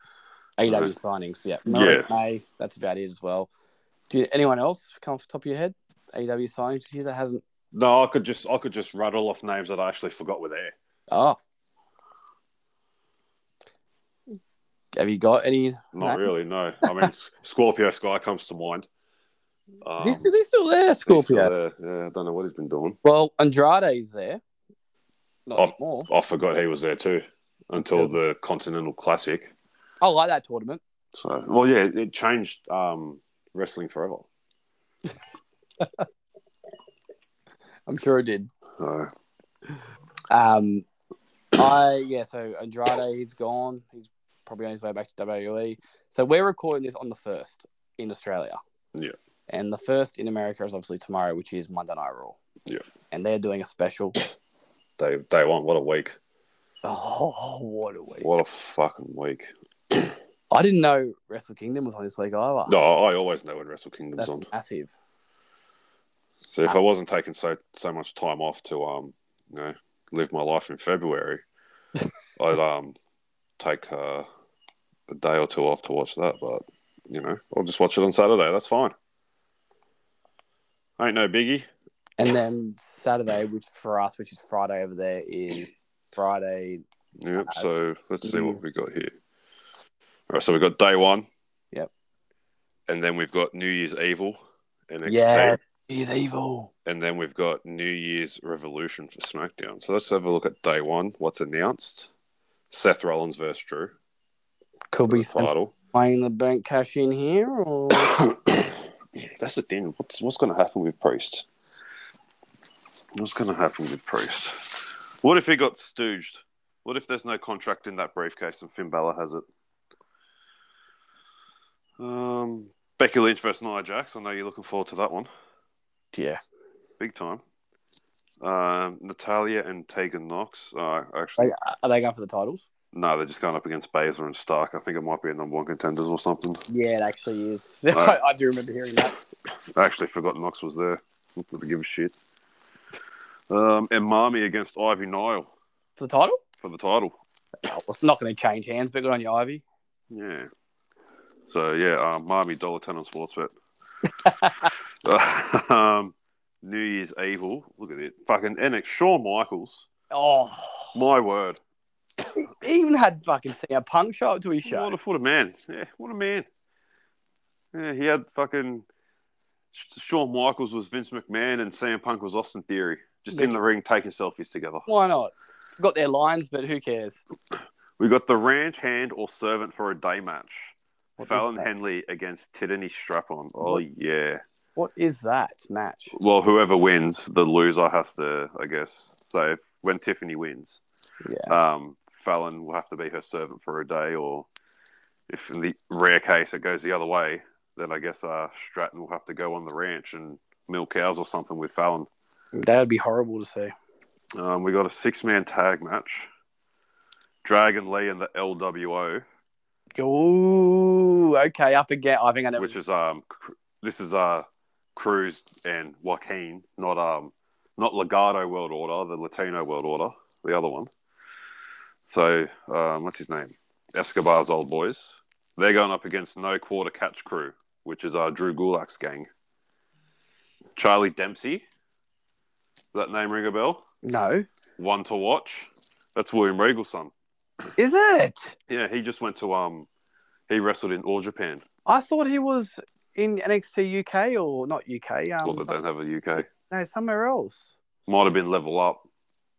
Speaker 2: AEW
Speaker 1: Right.
Speaker 2: signings, yeah.
Speaker 1: Yeah.
Speaker 2: May, that's about it as well. Do you, anyone else come off the top of your head? AEW signings here that hasn't
Speaker 1: No, I could just I could just rattle off names that I actually forgot were there.
Speaker 2: Oh. Have you got any?
Speaker 1: Not
Speaker 2: No.
Speaker 1: really, no. I mean, S- Scorpio Sky comes to mind. Um,
Speaker 2: Is he, he's still there,
Speaker 1: he's
Speaker 2: Scorpio.
Speaker 1: still there. Yeah, I don't know what he's been doing.
Speaker 2: Well, Andrade's there. Not
Speaker 1: Oh.
Speaker 2: anymore.
Speaker 1: I forgot he was there too until the Continental Classic.
Speaker 2: I like that tournament.
Speaker 1: So, well, yeah, it changed um, wrestling forever.
Speaker 2: I'm sure it did.
Speaker 1: So,
Speaker 2: Um, I yeah. So Andrade, he's gone. He's probably on his way back to WWE. So we're recording this on the first in Australia.
Speaker 1: Yeah.
Speaker 2: And the first in America is obviously tomorrow, which is Monday Night Raw.
Speaker 1: Yeah.
Speaker 2: And they're doing a special.
Speaker 1: day day one, what a week!
Speaker 2: Oh, what a week!
Speaker 1: What a fucking week!
Speaker 2: I didn't know Wrestle Kingdom was on this week either.
Speaker 1: No, I always know when Wrestle Kingdom's
Speaker 2: That's
Speaker 1: on.
Speaker 2: massive.
Speaker 1: So if I wasn't taking so so much time off to um you know live my life in February, I'd um take uh, a day or two off to watch that. But you know, I'll just watch it on Saturday. That's fine. Ain't no biggie.
Speaker 2: And then Saturday, which for us, which is Friday over there, is Friday.
Speaker 1: Yep. So let's see what we got here. All right. So we got day one.
Speaker 2: Yep.
Speaker 1: and then we've got New Year's Evil, NXT,
Speaker 2: Yeah. He's evil.
Speaker 1: and then we've got New Year's Revolution for SmackDown. So let's have a look at day one. What's announced? Seth Rollins versus Drew
Speaker 2: Could
Speaker 1: for
Speaker 2: we
Speaker 1: the
Speaker 2: send
Speaker 1: title.
Speaker 2: playing the bank cash in here or
Speaker 1: That's the thing. What's what's going to happen with Priest? What's going to happen with Priest? What if he got stooged? What if there's no contract in that briefcase and Finn Balor has it? Um, Becky Lynch versus Nia Jax. I know you're looking forward to that one,
Speaker 2: yeah.
Speaker 1: big time. Um, Natalia and Tegan Knox. Uh, actually,
Speaker 2: Are they going for the titles?
Speaker 1: no, they're just going up against Baszler and Stark. I think it might be a number one contenders or something.
Speaker 2: Yeah, it actually is.
Speaker 1: Right.
Speaker 2: I, I do remember hearing that.
Speaker 1: I actually forgot Knox was there. Not to give a shit. Um, and Marmy against Ivy Nile
Speaker 2: For the title?
Speaker 1: for the title.
Speaker 2: Oh, well, it's not going to change hands, but good on you, Ivy.
Speaker 1: Yeah. So yeah, uh, Marmy dollar ten on Sportsbet. Uh, um, New Year's Evil. Look at it. Fucking and it's Shawn Michaels.
Speaker 2: Oh,
Speaker 1: My word.
Speaker 2: he even had fucking CM Punk show up to his
Speaker 1: What
Speaker 2: show.
Speaker 1: a, what a man. Yeah, what a man. Yeah, he had fucking Shawn Michaels was Vince McMahon and Sam Punk was Austin Theory. Just in the ring taking selfies together.
Speaker 2: Why not? Got their lines, but who cares?
Speaker 1: We got the ranch hand or servant for a day match.
Speaker 2: What is
Speaker 1: Fallon
Speaker 2: that?
Speaker 1: Henley against Tiffany Strap-on. Oh yeah.
Speaker 2: What is that match?
Speaker 1: Well, whoever wins, the loser has to, I guess. So when Tiffany wins, um, Fallon will have to be her servant for a day, or if in the rare case it goes the other way, then I guess uh, Stratton will have to go on the ranch and milk cows or something with Fallon.
Speaker 2: That would be horrible to see.
Speaker 1: Um, we got a six-man tag match. Dragon Lee and the LWO.
Speaker 2: Ooh, okay, up again. I think I never.
Speaker 1: which is um Cr- this is uh Cruz and Joaquin, not um not Legado World Order, the Latino World Order, the other one. So um, what's his name? Escobar's old boys. They're going up against No Quarter Catch Crew, which is uh, Drew Gulak's gang. Charlie Dempsey. Does that name ring a bell?
Speaker 2: No,
Speaker 1: One to watch. That's William Regal's son.
Speaker 2: is it?
Speaker 1: Yeah, he just went to um, he wrestled in All Japan.
Speaker 2: I thought he was in NXT UK or not UK.
Speaker 1: Well, they
Speaker 2: Um,
Speaker 1: don't have a UK.
Speaker 2: no, somewhere else.
Speaker 1: Might have been Level Up.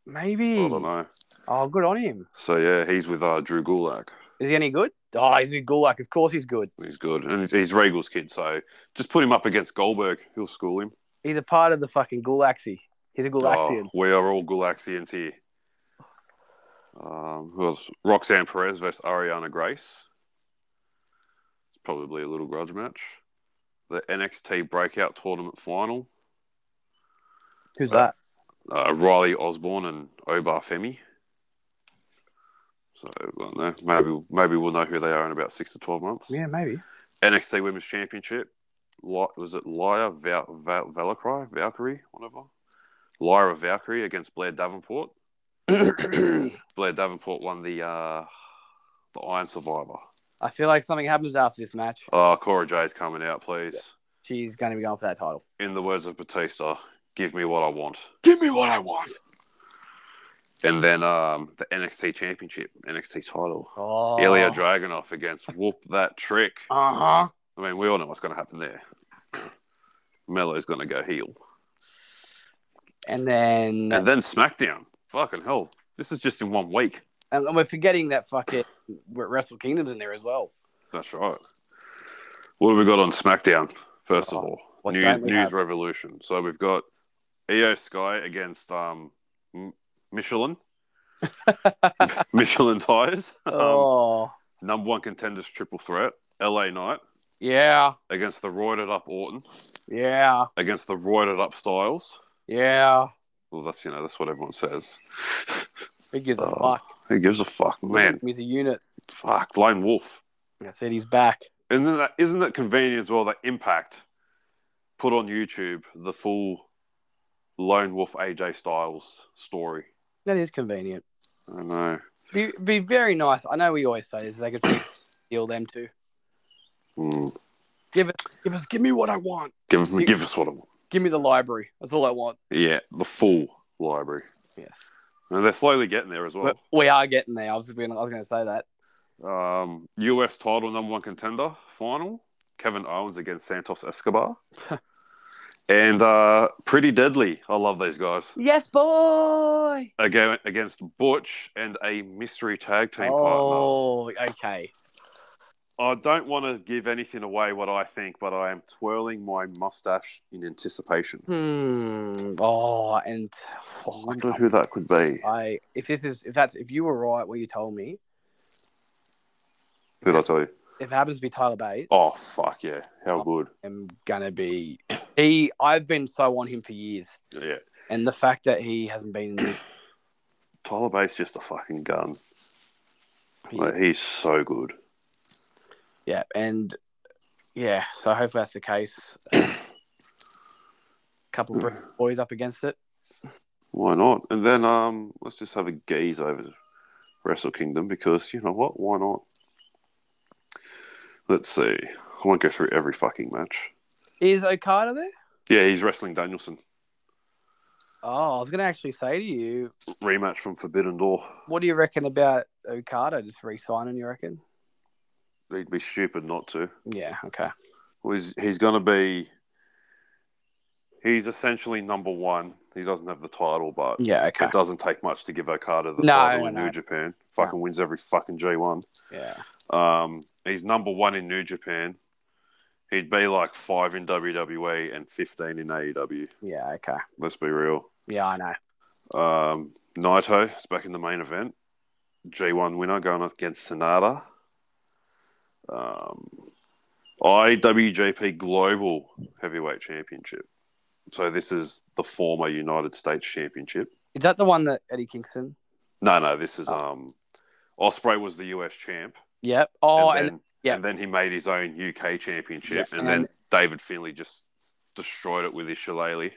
Speaker 2: Maybe.
Speaker 1: I don't know.
Speaker 2: Oh, good on him.
Speaker 1: So yeah, he's with uh, Drew Gulak.
Speaker 2: Is he any good? Oh, he's good. Like, of course he's good.
Speaker 1: He's good, and he's Regal's kid. So just put him up against Goldberg. He'll school him.
Speaker 2: He's a part of the fucking Gulaxy. He's a Gulaxian.
Speaker 1: Oh, we are all Gulaxians here. Um, who else? Roxanne Perez versus Ariana Grace. It's probably a little grudge match. The NXT Breakout Tournament Final.
Speaker 2: Who's that?
Speaker 1: Uh, Riley Osborne and Obar Femi. So I don't know. Maybe maybe we'll know who they are in about six to twelve months.
Speaker 2: Yeah, maybe.
Speaker 1: NXT Women's Championship. Li- was it Lyra Val- Val- Valkyrie? Valkyrie, whatever. Lyra Valkyrie against Blair Davenport. Blair Davenport won the uh, the Iron Survivor.
Speaker 2: I feel like something happens after this match.
Speaker 1: Oh, Cora Jay's coming out, please.
Speaker 2: She's going to be going for that title.
Speaker 1: In the words of Batista, give me what I want. Give me what I want. And then um, the NXT Championship, NXT title.
Speaker 2: Oh.
Speaker 1: Ilya Dragunov against Whoop That Trick.
Speaker 2: Uh huh.
Speaker 1: I mean, we all know what's going to happen there. Melo's going to go heel.
Speaker 2: And then
Speaker 1: And then SmackDown. Fucking hell. This is just in one week.
Speaker 2: and, and we're forgetting that fucking Wrestle Kingdom's in there as well.
Speaker 1: That's right. What have we got on SmackDown, first of
Speaker 2: Oh,
Speaker 1: all?
Speaker 2: what
Speaker 1: News,
Speaker 2: don't we
Speaker 1: News
Speaker 2: have?
Speaker 1: Revolution. So we've got EO Sky against um, M- Michelin. Michelin Tires. Um,
Speaker 2: oh.
Speaker 1: number one contenders triple threat. LA Knight
Speaker 2: Yeah.
Speaker 1: against the roided up Orton.
Speaker 2: Yeah.
Speaker 1: Against the roided up Styles.
Speaker 2: Yeah.
Speaker 1: Well, that's, you know, that's what everyone says.
Speaker 2: Who gives a
Speaker 1: Oh,
Speaker 2: fuck?
Speaker 1: Who gives a fuck, man?
Speaker 2: He's a unit.
Speaker 1: Fuck, Lone Wolf.
Speaker 2: That's it. He's back.
Speaker 1: Isn't that isn't it convenient as well that Impact put on YouTube the full Lone Wolf AJ Styles story?
Speaker 2: That is convenient.
Speaker 1: I know.
Speaker 2: Be, be very nice. I know we always say this. They could deal them too.
Speaker 1: Hmm.
Speaker 2: Give us, give me what I want.
Speaker 1: Give give us what I want.
Speaker 2: Give me the library. That's all I want.
Speaker 1: Yeah, the full library.
Speaker 2: Yes.
Speaker 1: And they're slowly getting there as well.
Speaker 2: But we are getting there. I was just being, I was going to say that.
Speaker 1: Um, US title number one contender final. Kevin Owens against Santos Escobar. and uh, Pretty Deadly. I love these guys.
Speaker 2: Yes, boy.
Speaker 1: Again, against Butch and a mystery tag team partner.
Speaker 2: Oh, okay.
Speaker 1: I don't want to give anything away what I think, but I am twirling my mustache in anticipation.
Speaker 2: Hmm. Oh, and oh,
Speaker 1: I wonder who that could be.
Speaker 2: I if this is if that's if you were right what you told me,
Speaker 1: Who did I tell you?
Speaker 2: if it happens to be Tyler Bates,
Speaker 1: Oh, fuck yeah. How good.
Speaker 2: I'm gonna be he. I've been so on him for years,
Speaker 1: Yeah.
Speaker 2: and the fact that he hasn't been
Speaker 1: Tyler Bates just a fucking gun. Like, he's so good.
Speaker 2: Yeah, and yeah, so hopefully that's the case. couple of Brisbane boys up against it.
Speaker 1: Why not? And then um, let's just have a gaze over Wrestle Kingdom because you know what? Why not? Let's see. I won't go through every fucking match.
Speaker 2: Is Okada there?
Speaker 1: Yeah, he's wrestling Danielson.
Speaker 2: Oh, I was gonna actually say to you,
Speaker 1: Rematch from Forbidden Door.
Speaker 2: what do you reckon about Okada just re-signing? You reckon?
Speaker 1: He'd be stupid not to.
Speaker 2: Yeah. Okay.
Speaker 1: Well, He's, he's going to be. He's essentially number one. He doesn't have the title, but
Speaker 2: Yeah. Okay.
Speaker 1: it doesn't take much to give Okada the
Speaker 2: No,
Speaker 1: title in
Speaker 2: no.
Speaker 1: New Japan. Fucking wins every fucking G1.
Speaker 2: Yeah.
Speaker 1: Um, he's number one in New Japan. He'd be like five in WWE and fifteen in AEW.
Speaker 2: Yeah. Okay.
Speaker 1: Let's be real.
Speaker 2: Yeah, I know.
Speaker 1: Um, Naito is back in the main event. G1 winner going against Sonata. Um, IWGP Global Heavyweight Championship. So this is the former United States Championship.
Speaker 2: Is that the one that Eddie Kingston?
Speaker 1: No, no, this is um, Osprey was the US champ.
Speaker 2: Yep. Oh, and,
Speaker 1: and then,
Speaker 2: yeah.
Speaker 1: and then he made his own UK championship,
Speaker 2: Yeah,
Speaker 1: and,
Speaker 2: and
Speaker 1: then
Speaker 2: then-
Speaker 1: David Finley just destroyed it with his shillelagh.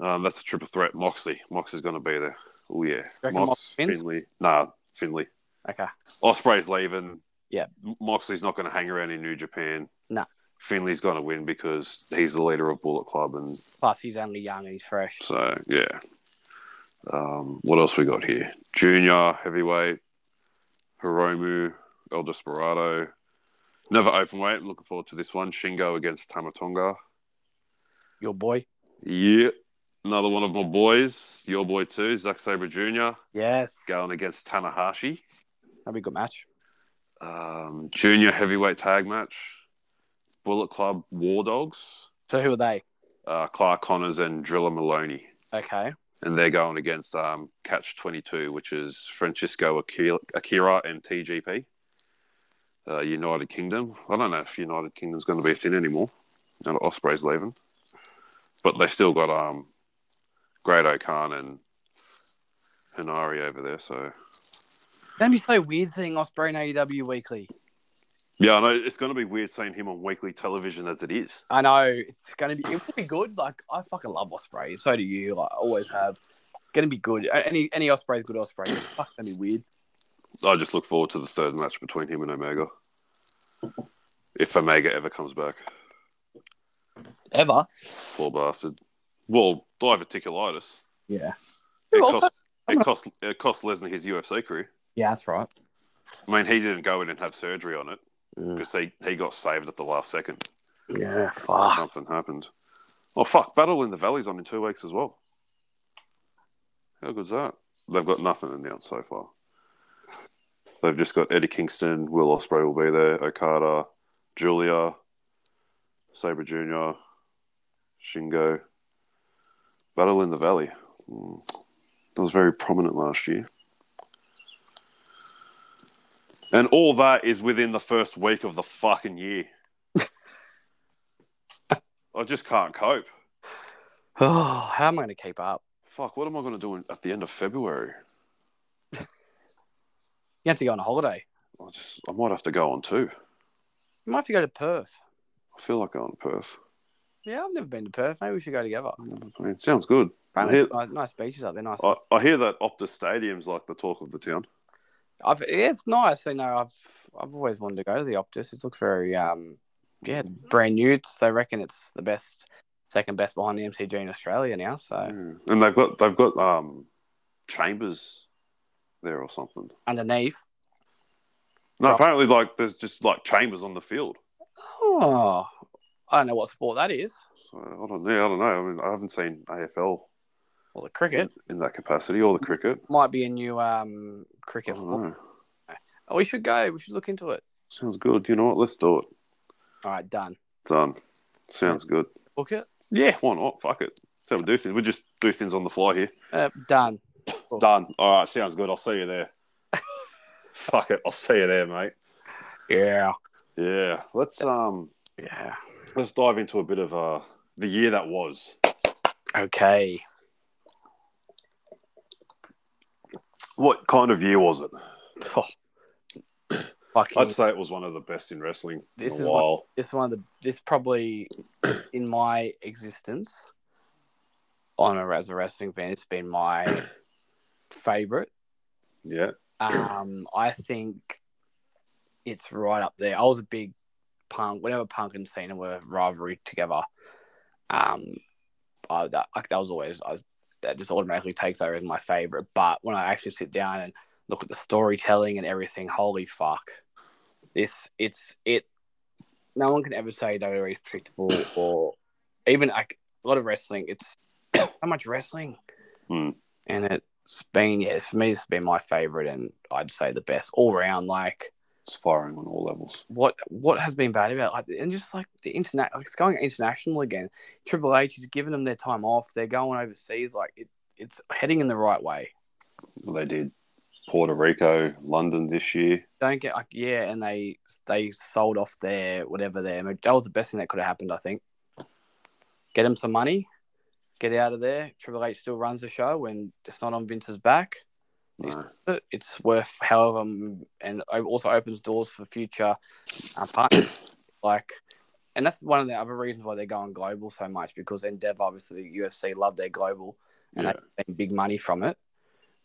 Speaker 1: Um, that's a triple threat. Moxley, Moxley's going to be there. Oh yeah,
Speaker 2: Reckon
Speaker 1: Mox,
Speaker 2: Mox wins?
Speaker 1: Finley. Nah, Finley.
Speaker 2: okay.
Speaker 1: Osprey's leaving.
Speaker 2: Yeah.
Speaker 1: Moxley's not going to hang around in New Japan.
Speaker 2: Nah.
Speaker 1: Finley's going to win because he's the leader of Bullet Club, and
Speaker 2: Plus, he's only young and he's fresh.
Speaker 1: so yeah. Um, what else we got here? Junior heavyweight, Hiromu, El Desperado. Another open weight. Looking forward to this one. Shingo against Tamatonga.
Speaker 2: Your boy.
Speaker 1: Yeah. Another one of my boys, your boy too, Zack Sabre Jr.
Speaker 2: Yes.
Speaker 1: going against Tanahashi.
Speaker 2: That'd be a good match.
Speaker 1: Um, junior heavyweight tag match. Bullet Club War Dogs.
Speaker 2: So who are they?
Speaker 1: Uh, Clark Connors and Driller Maloney.
Speaker 2: Okay.
Speaker 1: and they're going against um, Catch 22, which is Francisco Akira, Akira and TGP, uh, United Kingdom. I don't know if United Kingdom's going to be a thing anymore. Now that Osprey's leaving, but they still got um, Great O'Khan and Hinari over there. So
Speaker 2: That'd be so weird seeing Osprey and AEW weekly.
Speaker 1: yeah, I know it's going to be weird seeing him on weekly television as it is.
Speaker 2: I know it's gonna be it would be good. Like I fucking love Osprey. So do you. Like, I always have. It's gonna be good. A- Any any Osprey's good Osprey. It's fucking gonna be weird.
Speaker 1: I just look forward to the third match between him and Omega, if Omega ever comes back.
Speaker 2: Ever.
Speaker 1: Poor bastard. Well, diverticulitis.
Speaker 2: Yeah.
Speaker 1: It
Speaker 2: Well,
Speaker 1: cost, it cost it cost Lesnar his UFC career.
Speaker 2: Yeah, that's right.
Speaker 1: I mean, he didn't go in and have surgery on it because he, he got saved at the last second.
Speaker 2: Yeah. Fuck.
Speaker 1: Something happened. Oh fuck! Battle in the Valley's on in two weeks as well. How good's that? They've got nothing announced so far. They've just got Eddie Kingston, Will Osprey will be there, Okada, Julia, Sabre Jr., Shingo. Battle in the Valley. Hmm. That was very prominent last year. And all that is within the first week of the fucking year. I just can't cope.
Speaker 2: Oh, how am I gonna keep up?
Speaker 1: Fuck, what am I going to do in, at the end of February?
Speaker 2: You have to go on a holiday.
Speaker 1: I just, I might have to go on too.
Speaker 2: You might have to go to Perth.
Speaker 1: I feel like going to Perth.
Speaker 2: Yeah, I've never been to Perth. Maybe we should go together.
Speaker 1: I mean, it sounds good.
Speaker 2: Apparently,
Speaker 1: Yeah.
Speaker 2: there's ni- nice beaches up there. Nice.
Speaker 1: I, I hear that Optus Stadium's like the talk of the town.
Speaker 2: I've, yeah, it's nice. You know, I've I've always wanted to go to the Optus. It looks very um, yeah, brand new. It's- They reckon it's the best, second best behind the MCG in Australia now. So
Speaker 1: Yeah. And they've got they've got um, chambers there or something.
Speaker 2: underneath,
Speaker 1: No,
Speaker 2: Right.
Speaker 1: apparently, like there's just like chambers on the field.
Speaker 2: Oh, I don't know what sport that is.
Speaker 1: So I don't know. I don't know. I mean, I haven't seen AFL
Speaker 2: Well, the cricket
Speaker 1: in that capacity or the cricket.
Speaker 2: might be a new um cricket.
Speaker 1: I
Speaker 2: form.
Speaker 1: don't know.
Speaker 2: Oh, we should go. We should look into it.
Speaker 1: Sounds good. You know what? Let's do it.
Speaker 2: All right, done.
Speaker 1: Done. Sounds good.
Speaker 2: Book it.
Speaker 1: Yeah, why not? Fuck it. So we do things. We just do things on the fly here.
Speaker 2: Uh, done.
Speaker 1: Done. All right. Sounds good. I'll see you there. Fuck it. I'll see you there, mate.
Speaker 2: Yeah.
Speaker 1: Yeah. Let's um.
Speaker 2: Yeah.
Speaker 1: Let's dive into a bit of uh the year that was.
Speaker 2: Okay.
Speaker 1: What kind of year was it?
Speaker 2: Oh. Fucking,
Speaker 1: I'd say it was one of the best in wrestling
Speaker 2: This
Speaker 1: in
Speaker 2: is
Speaker 1: a
Speaker 2: what-
Speaker 1: while.
Speaker 2: this one of the this probably in my existence on a as a wrestling fan, it's been my favorite.
Speaker 1: Yeah.
Speaker 2: Um, I think it's right up there. I was a big punk whenever Punk and Cena were rivalry together. Um, I, that like, that was always I was, that just automatically takes over as my favorite. But when I actually sit down and look at the storytelling and everything, holy fuck! This it's it. No one can ever say WWE is predictable or even like a lot of wrestling. It's so much wrestling,
Speaker 1: Hmm.
Speaker 2: and it's been yeah for me it's been my favorite and I'd say the best all round. Like
Speaker 1: It's firing on all levels.
Speaker 2: what what has been bad about like and just like the internet like it's going international again. Triple H is giving them their time off. They're going overseas. Like it, it's heading in the right way.
Speaker 1: They did Puerto Rico, London this year.
Speaker 2: Don't get like yeah, and they they sold off their whatever their that was the best thing that could have happened. I think. Get them some money, get out of there. Triple H still runs the show, and it's not on Vince's back.
Speaker 1: No.
Speaker 2: it. It's worth however, m- and o- also opens doors for future uh, partners. Like, and that's one of the other reasons why they're going global so much because Endeavor, obviously, UFC love their global and
Speaker 1: Yeah.
Speaker 2: they make big money from it.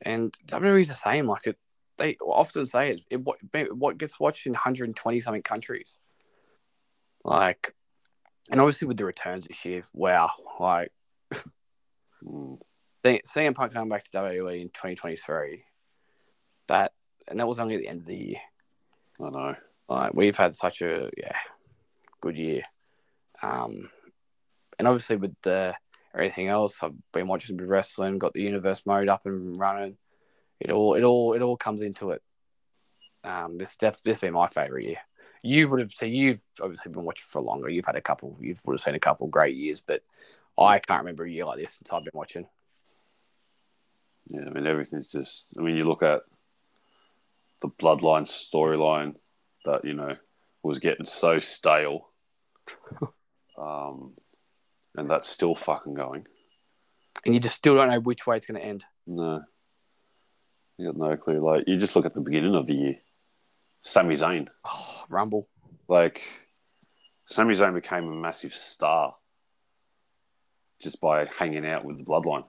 Speaker 2: And WWE is the same. Like, it, they often say it, it what, what gets watched in 120 something countries. Like, and obviously with the returns this year, wow, like
Speaker 1: Mm.
Speaker 2: they- CM Punk coming back to WWE in 2023. That and that was only at the end of the year.
Speaker 1: I know.
Speaker 2: Like we've had such a yeah, good year. Um, and obviously with the everything else, I've been watching a bit of wrestling, got the universe mode up and running. It all, it all, it all comes into it. Um, this def, this been my favorite year. You would have so you've obviously been watching for longer. You've had a couple, you would have seen a couple great years, but I can't remember a year like this since I've been watching.
Speaker 1: Yeah, I mean, everything's just. I mean, you look at the bloodline storyline that you know was getting so stale, um, and that's still fucking going.
Speaker 2: and you just still don't know which way it's going to end.
Speaker 1: No, you got no clue. Like, you just look at the beginning of the year. Sami Zayn,
Speaker 2: Oh, Rumble.
Speaker 1: like, Sami Zayn became a massive star just by hanging out with the bloodline.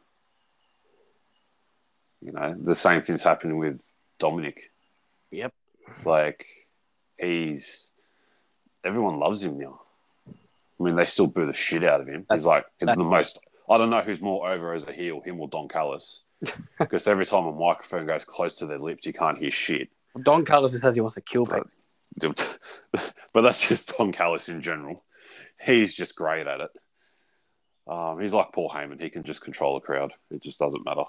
Speaker 1: You know, the same thing's happening with Dominic.
Speaker 2: Yep.
Speaker 1: like he's everyone loves him now. I mean, they still boo the shit out of him.
Speaker 2: That's-
Speaker 1: he's like
Speaker 2: that's-
Speaker 1: the most. I don't know who's more over as a heel, him or Don Callis, because every time a microphone goes close to their lips, you can't hear shit.
Speaker 2: Don Carlos just says he wants to kill people.
Speaker 1: but that's just Don Callis in general. He's just great at it. Um, he's like Paul Heyman. He can just control a crowd. It just doesn't matter.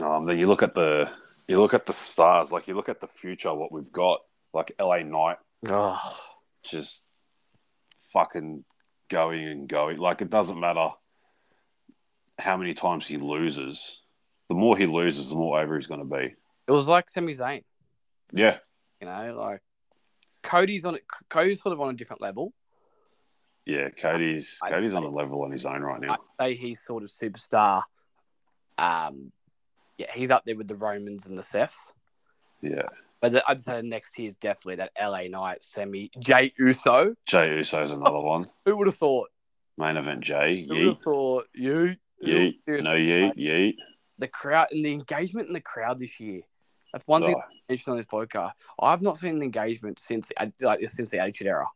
Speaker 1: Um, then you look at the you look at the stars. Like you look at the future, what we've got. Like LA Knight
Speaker 2: Oh,
Speaker 1: just fucking going and going. Like it doesn't matter how many times he loses. The more he loses, the more over he's going to be.
Speaker 2: it was like Sami Zayn,
Speaker 1: Yeah,
Speaker 2: you know, like Cody's on it. Cody's sort of on a different level.
Speaker 1: yeah. Cody's
Speaker 2: I-
Speaker 1: Cody's on a level on his own right now.
Speaker 2: I'd say he's sort of superstar. Um, yeah, he's up there with the Romans and the Seths.
Speaker 1: Yeah.
Speaker 2: But the, I'd say the next year is definitely that LA Knight semi Jay Uso.
Speaker 1: Jay Uso's another one.
Speaker 2: Who would have thought?
Speaker 1: Main event Jay.
Speaker 2: Who would
Speaker 1: Yeet.
Speaker 2: have thought you?
Speaker 1: Yeet. No yeet. Yeet.
Speaker 2: The crowd and the engagement in the crowd this year. That's one thing
Speaker 1: Oh,
Speaker 2: mentioned on this podcast. I've not seen an engagement since uh, like since the Attitude Era.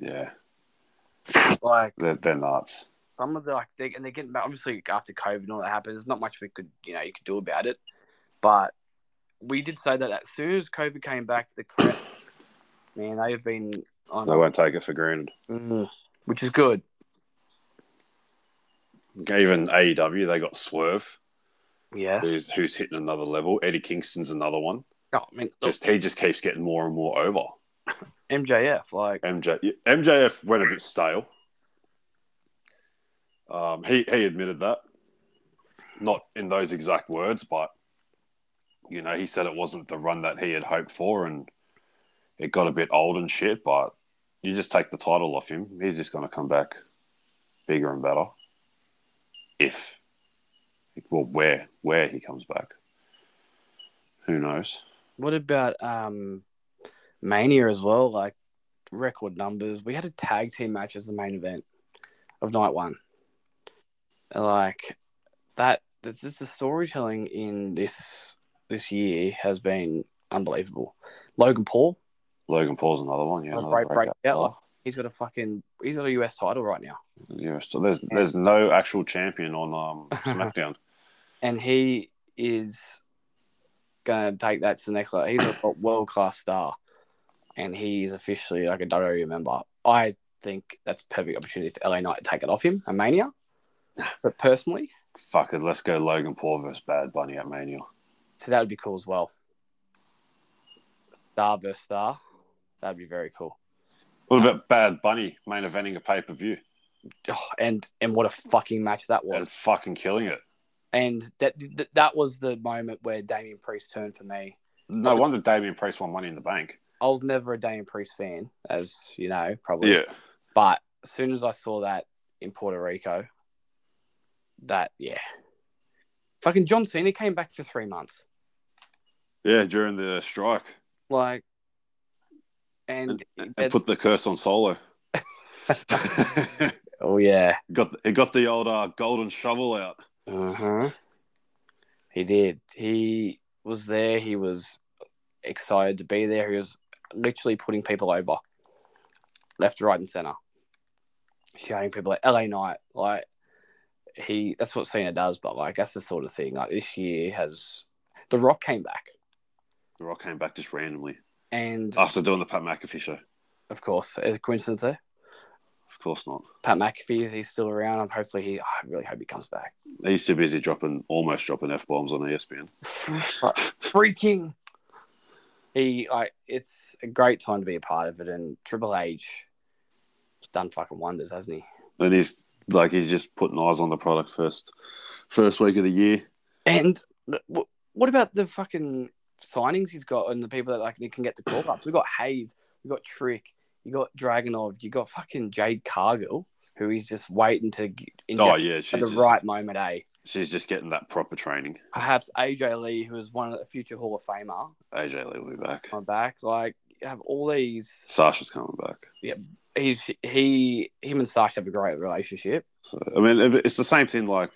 Speaker 1: yeah.
Speaker 2: Like
Speaker 1: They're, they're nuts.
Speaker 2: some of the like they and they're getting back obviously after COVID and all that happened. There's not much we could you know you could do about it, but we did say that as soon as COVID came back, the crowd man, they've been on,
Speaker 1: They won't take it for granted.
Speaker 2: Mm, which is good.
Speaker 1: Even AEW, they got Swerve,
Speaker 2: Yes.
Speaker 1: who's who's hitting another level. Eddie Kingston's another one.
Speaker 2: No, Oh, I mean, look,
Speaker 1: Just he just keeps getting more and more over.
Speaker 2: MJF, like,
Speaker 1: MJ MJF went a bit stale. Um, he he admitted that, not in those exact words, but you know he said it wasn't the run that he had hoped for, and it got a bit old and shit. But you just take the title off him; he's just going to come back bigger and better. If well, where where he comes back, who knows?
Speaker 2: what about um, Mania as well? Like, record numbers. We had a tag team match as the main event of night one. Like, that, this is the storytelling in this this year has been unbelievable. Logan Paul,
Speaker 1: Logan Paul's another one. Yeah,
Speaker 2: Like,
Speaker 1: another
Speaker 2: break-
Speaker 1: breakout
Speaker 2: breakout.
Speaker 1: star.
Speaker 2: he's got a fucking, he's got a US title right now.
Speaker 1: Yeah, so there's there's no actual champion on um, SmackDown.
Speaker 2: and he is going to take that to the next level. He's a world class star, and he is officially like a WWE member. I think that's a perfect opportunity for LA Knight to take it off him, a mania. But personally,
Speaker 1: Fuck it, let's go Logan Paul versus Bad Bunny at Mania.
Speaker 2: so that would be cool as well. Star versus star, that'd be very cool.
Speaker 1: What about Bad Bunny main eventing a pay per view
Speaker 2: Oh, and and what a fucking match that was.
Speaker 1: and fucking killing it?
Speaker 2: And that that, that was the moment where Damien Priest turned for me.
Speaker 1: No wonder Damien Priest won Money in the Bank.
Speaker 2: I was never a Damien Priest fan, as you know, probably. But as soon as I saw that in Puerto Rico, that yeah, fucking John Cena came back for three months,
Speaker 1: yeah, during the strike
Speaker 2: like, and,
Speaker 1: and
Speaker 2: that's-
Speaker 1: put the curse on Solo.
Speaker 2: oh yeah,
Speaker 1: got it got the old uh, golden shovel out.
Speaker 2: uh-huh. he did. He was there. He was excited to be there. He was literally putting people over, left, right, and center, shouting people at LA Knight like. He that's what Cena does, but like that's the sort of thing. Like this year has The Rock came back.
Speaker 1: The Rock came back just randomly
Speaker 2: And
Speaker 1: after doing the Pat McAfee show.
Speaker 2: of course, as a coincidence there,
Speaker 1: Of course not.
Speaker 2: Pat McAfee is he's still around. And hopefully, he. I really hope he comes back.
Speaker 1: He's too busy dropping almost dropping f bombs on E ESPN.
Speaker 2: Freaking. He like it's a great time to be a part of it, and Triple H has done fucking wonders, hasn't he?
Speaker 1: And he's like he's just putting eyes on the product first first week of the year.
Speaker 2: And wh- what about the fucking signings he's got and the people that like they can get the call ups? We got Hayes, we got Trick, you got Dragonov, you got fucking Jade Cargill, who he's just waiting to g-
Speaker 1: Oh
Speaker 2: inject
Speaker 1: yeah,
Speaker 2: at
Speaker 1: she's
Speaker 2: the
Speaker 1: just,
Speaker 2: right moment, eh?
Speaker 1: She's just getting that proper training.
Speaker 2: perhaps AJ Lee, who is one of the future Hall of Famer,
Speaker 1: AJ Lee will be back.
Speaker 2: on back. Like have all these.
Speaker 1: Sasha's coming back.
Speaker 2: He's he him and Sasha have a great relationship.
Speaker 1: So I mean, it- it's the same thing like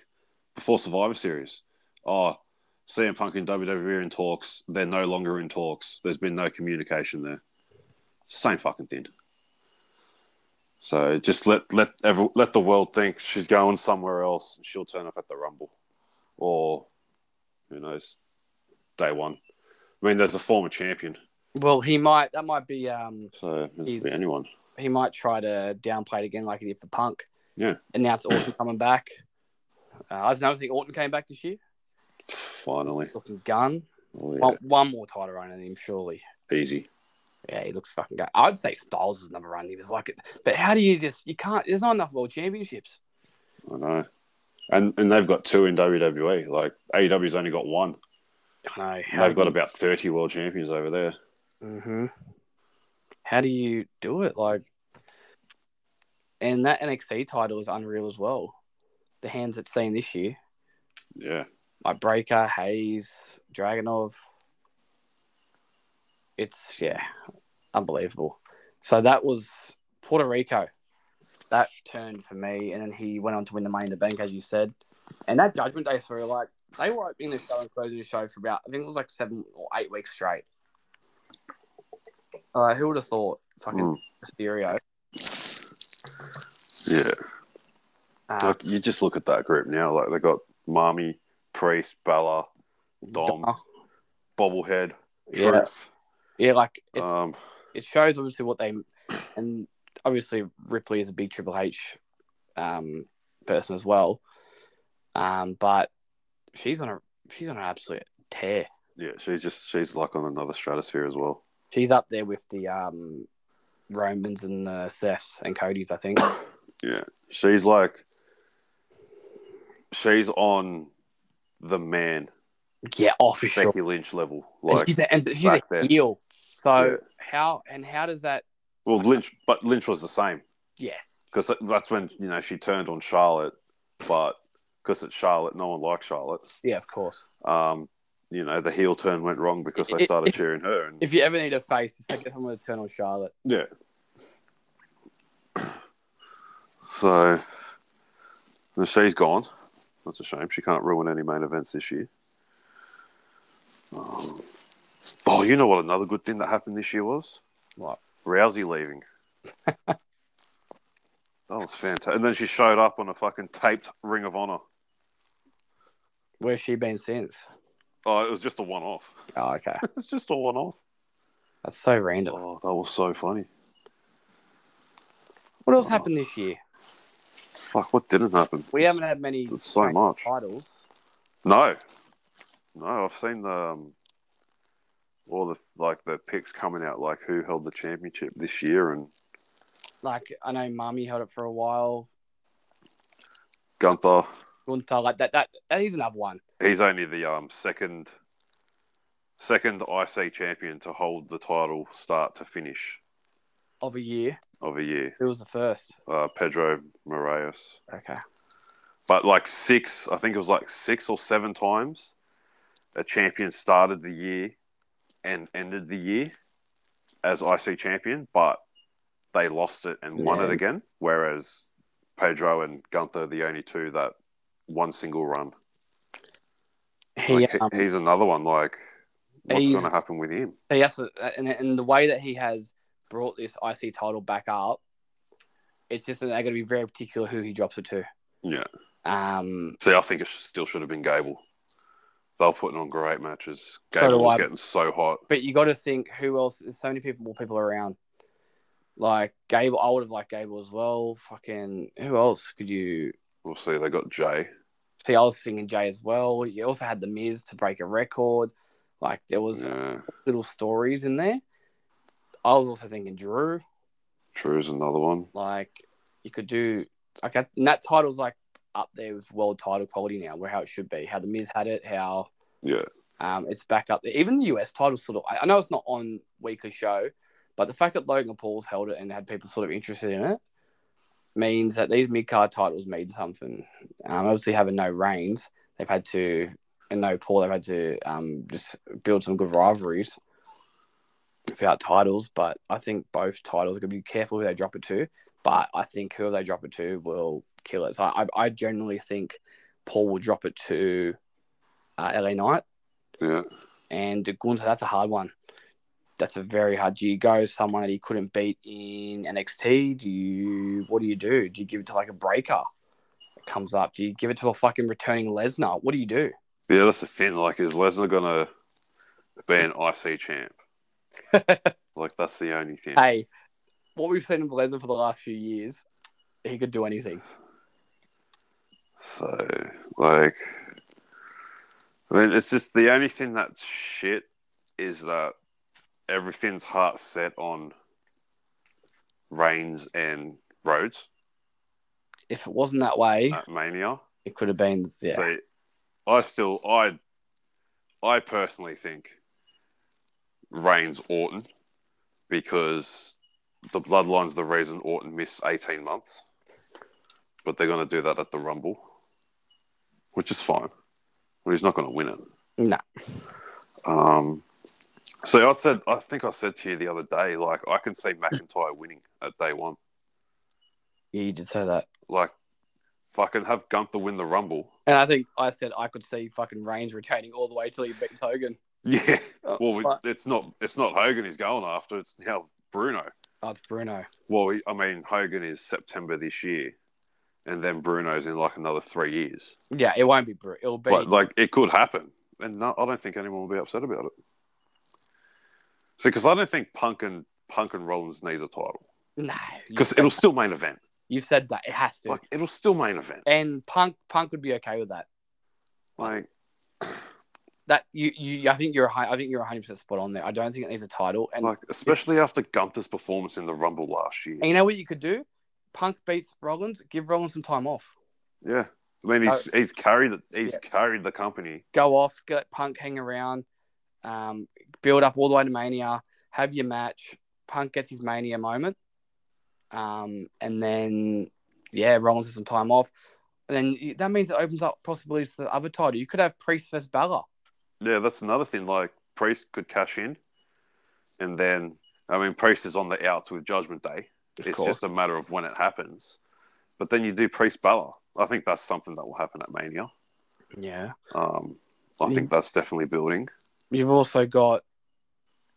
Speaker 1: before Survivor Series. Oh, CM Punk and WWE are in talks. They're no longer in talks. There's been no communication there. Same fucking thing. So just let let every, let the world think she's going somewhere else. She'll turn up at the Rumble, or who knows, day one. I mean, there's a former champion,
Speaker 2: Well, he might that might be um
Speaker 1: so it could
Speaker 2: He's-
Speaker 1: be anyone.
Speaker 2: he might try to downplay it again like he did for Punk.
Speaker 1: Yeah.
Speaker 2: Announce Orton coming back. Uh, I was noticing Orton came back this year,
Speaker 1: Finally.
Speaker 2: looking gun.
Speaker 1: Oh, yeah.
Speaker 2: One, one more title run in him, surely.
Speaker 1: Easy.
Speaker 2: Yeah, he looks fucking gun. I'd say Styles is number one. He was like it, but how do you just you can't? There's not enough world championships.
Speaker 1: I know. And and they've got two in WWE. Like AEW's only got one.
Speaker 2: I know.
Speaker 1: And they've got about thirty world champions over there.
Speaker 2: Mm-hmm. How do you do it? Like, and that NXT title is unreal as well. The hands it's seen this year,
Speaker 1: Yeah.
Speaker 2: like Breaker, Hayes, Dragonov. It's yeah, unbelievable. So that was Puerto Rico. That turned for me, and then he went on to win the Money in the Bank, as you said. And that Judgment Day through, like they were opening the show and closing the show for about, I think it was like seven or eight weeks straight. Uh, who would have thought? Fucking
Speaker 1: Mm.
Speaker 2: Mysterio.
Speaker 1: Yeah.
Speaker 2: Uh,
Speaker 1: Like you just look at that group now, like they got Marmy, Priest, Bella, Dom,
Speaker 2: Dom.
Speaker 1: Bobblehead,
Speaker 2: Yeah.
Speaker 1: Truth.
Speaker 2: yeah, like it's
Speaker 1: Um
Speaker 2: it shows obviously what they and obviously Ripley is a big Triple H um, person as well, um, but she's on a she's on an absolute tear.
Speaker 1: Yeah, she's just she's like on another stratosphere as well.
Speaker 2: She's up there with the um, Romans and the Seths and Cody's, I think.
Speaker 1: Yeah, she's like she's on the man
Speaker 2: yeah, oh for sure.
Speaker 1: Becky Lynch level.
Speaker 2: And
Speaker 1: Like,
Speaker 2: she's a, and she's
Speaker 1: back
Speaker 2: a
Speaker 1: then.
Speaker 2: heel. So
Speaker 1: Yeah.
Speaker 2: how and how does that?
Speaker 1: well, Lynch, but Lynch was the same.
Speaker 2: Yeah,
Speaker 1: because that's when you know she turned on Charlotte, but because it's Charlotte, no one likes Charlotte.
Speaker 2: yeah, of course.
Speaker 1: Um, you know, the heel turn went wrong because
Speaker 2: It-
Speaker 1: they
Speaker 2: it-
Speaker 1: started
Speaker 2: it-
Speaker 1: cheering her. And,
Speaker 2: If you ever need a face, it's like someone to turn on Charlotte.
Speaker 1: yeah. So and she's gone. That's a shame. She can't ruin any main events this year. Um, oh, you know what? Another good thing that happened this year was
Speaker 2: What?
Speaker 1: Rousey leaving. that was fantastic. And then she showed up on a fucking taped Ring of Honor.
Speaker 2: Where's she been since?
Speaker 1: Oh, it was just a one off.
Speaker 2: Oh, okay.
Speaker 1: It's just a one off.
Speaker 2: That's so random.
Speaker 1: Oh, that was so funny.
Speaker 2: What
Speaker 1: oh,
Speaker 2: else happened this year?
Speaker 1: Fuck, what didn't happen?
Speaker 2: We haven't had many
Speaker 1: It's so much.
Speaker 2: titles.
Speaker 1: No, no, I've seen the um, all the like the picks coming out, like who held the championship this year, and
Speaker 2: Like I know, Mummy held it for a while.
Speaker 1: Gunther.
Speaker 2: Gunther, like that. That that is another one.
Speaker 1: He's only the um second second IC champion to hold the title start to finish
Speaker 2: of a year.
Speaker 1: of a year.
Speaker 2: Who was the first?
Speaker 1: Uh, Pedro Moraes.
Speaker 2: Okay.
Speaker 1: but like six, I think it was like six or seven times a champion started the year and ended the year as IC champion, but they lost it and won
Speaker 2: Yeah.
Speaker 1: it again. Whereas Pedro and Gunther are the only two that one single run.
Speaker 2: He
Speaker 1: Like, he-
Speaker 2: um,
Speaker 1: he's another one. Like, what's
Speaker 2: he's-
Speaker 1: going to happen with him?
Speaker 2: he has to, uh, and, and the way that he has brought this IC title back up, it's just that they're going to be very particular who he drops it to.
Speaker 1: Yeah.
Speaker 2: Um,
Speaker 1: See, I think it sh- still should have been Gable. They're putting on great matches.
Speaker 2: So
Speaker 1: Gable
Speaker 2: do
Speaker 1: was
Speaker 2: I.
Speaker 1: getting so hot.
Speaker 2: but you got to think who else? There's so many people, more people around. Like Gable, I would have liked Gable as well. Fucking who else could you
Speaker 1: We'll see. They got Jay.
Speaker 2: see? I was singing Jay as well. You also had the Miz to break a record. Like there was
Speaker 1: Yeah,
Speaker 2: little stories in there. I was also thinking Drew.
Speaker 1: Drew's another one.
Speaker 2: Like you could do like I- and that title's like up there with world title quality now, where how it should be, how the Miz had it, how
Speaker 1: Yeah,
Speaker 2: um, it's back up there. Even the US title sort of. I, I know it's not on weekly show, but the fact that Logan Paul's held it and had people sort of interested in it means that these mid card titles mean something. Um, obviously, having no Reigns, they've had to. And no Paul, they've had to um, just build some good rivalries without titles. But I think both titles are going to be careful who they drop it to. But I think whoever they drop it to will kill it. So I, I generally think Paul will drop it to uh, LA Knight
Speaker 1: yeah.
Speaker 2: and Gunther, that's a hard one. That's a very hard. Do you go someone that he couldn't beat in NXT? Do you? What do you do? Do you give it to like a breaker? It comes up. Do you give it to a fucking returning Lesnar? What do you do?
Speaker 1: Yeah, that's the thing. Like, is Lesnar gonna be an IC champ? like, that's the only thing.
Speaker 2: Hey, what we've seen of Lesnar for the last few years, he could do anything.
Speaker 1: So, like, I mean, it's just the only thing that's shit is that everything's heart set on Reigns and Rhodes
Speaker 2: If it wasn't that way,
Speaker 1: at Mania.
Speaker 2: it could have been. Yeah,
Speaker 1: So, I still, I, I personally think Reigns Orton because the bloodline's the reason Orton missed eighteen months, but they're going to do that at the Rumble, which is fine. But he's not going to win it.
Speaker 2: no,
Speaker 1: Um, so I said, I think I said to you the other day, like I can see McIntyre winning at day one.
Speaker 2: yeah, you did say that.
Speaker 1: Like, fucking have Gunther win the Rumble.
Speaker 2: And I think I said I could see fucking Reigns retaining all the way till he beats Hogan.
Speaker 1: Yeah.
Speaker 2: Oh,
Speaker 1: Well, we,
Speaker 2: but-
Speaker 1: it's not it's not Hogan he's going after. It's now Bruno.
Speaker 2: oh, it's Bruno.
Speaker 1: Well, he, I mean, Hogan is September this year, and then Bruno's in like another three years.
Speaker 2: Yeah, it won't be Bruno. It'll be.
Speaker 1: But like, it could happen, and no, I don't think anyone will be upset about it. See, because I don't think Punk and Punk and Rollins needs a title
Speaker 2: No,
Speaker 1: because it'll still main event.
Speaker 2: you've said that it has to.
Speaker 1: Like it'll still main event.
Speaker 2: and Punk, Punk would be okay with that.
Speaker 1: Like
Speaker 2: That you, you, I think you're, hi- I think you're 100 percent spot on there. I don't think it needs a title. And,
Speaker 1: like especially after Gunther's performance in the Rumble last year.
Speaker 2: and you know what you could do? Punk beats Rollins. Give Rollins some time off.
Speaker 1: Yeah, I mean he's he's carried the, he's
Speaker 2: Uh, Yeah.
Speaker 1: carried the company.
Speaker 2: Go off. Get Punk hang around. Um, build up all the way to Mania. Have your match. Punk gets his Mania moment. Um, and then yeah, Rollins has some time off. And then you- that means it opens up possibilities to the other title. You could have Priest versus Balor.
Speaker 1: Yeah, that's another thing. Like Priest could cash in, and then I mean Priest is on the outs with Judgment Day.
Speaker 2: Of
Speaker 1: it's
Speaker 2: course.
Speaker 1: just a matter of when it happens. But then you do Priest Balor. I think that's something that will happen at Mania.
Speaker 2: yeah.
Speaker 1: Um, I think that's definitely building.
Speaker 2: You've also got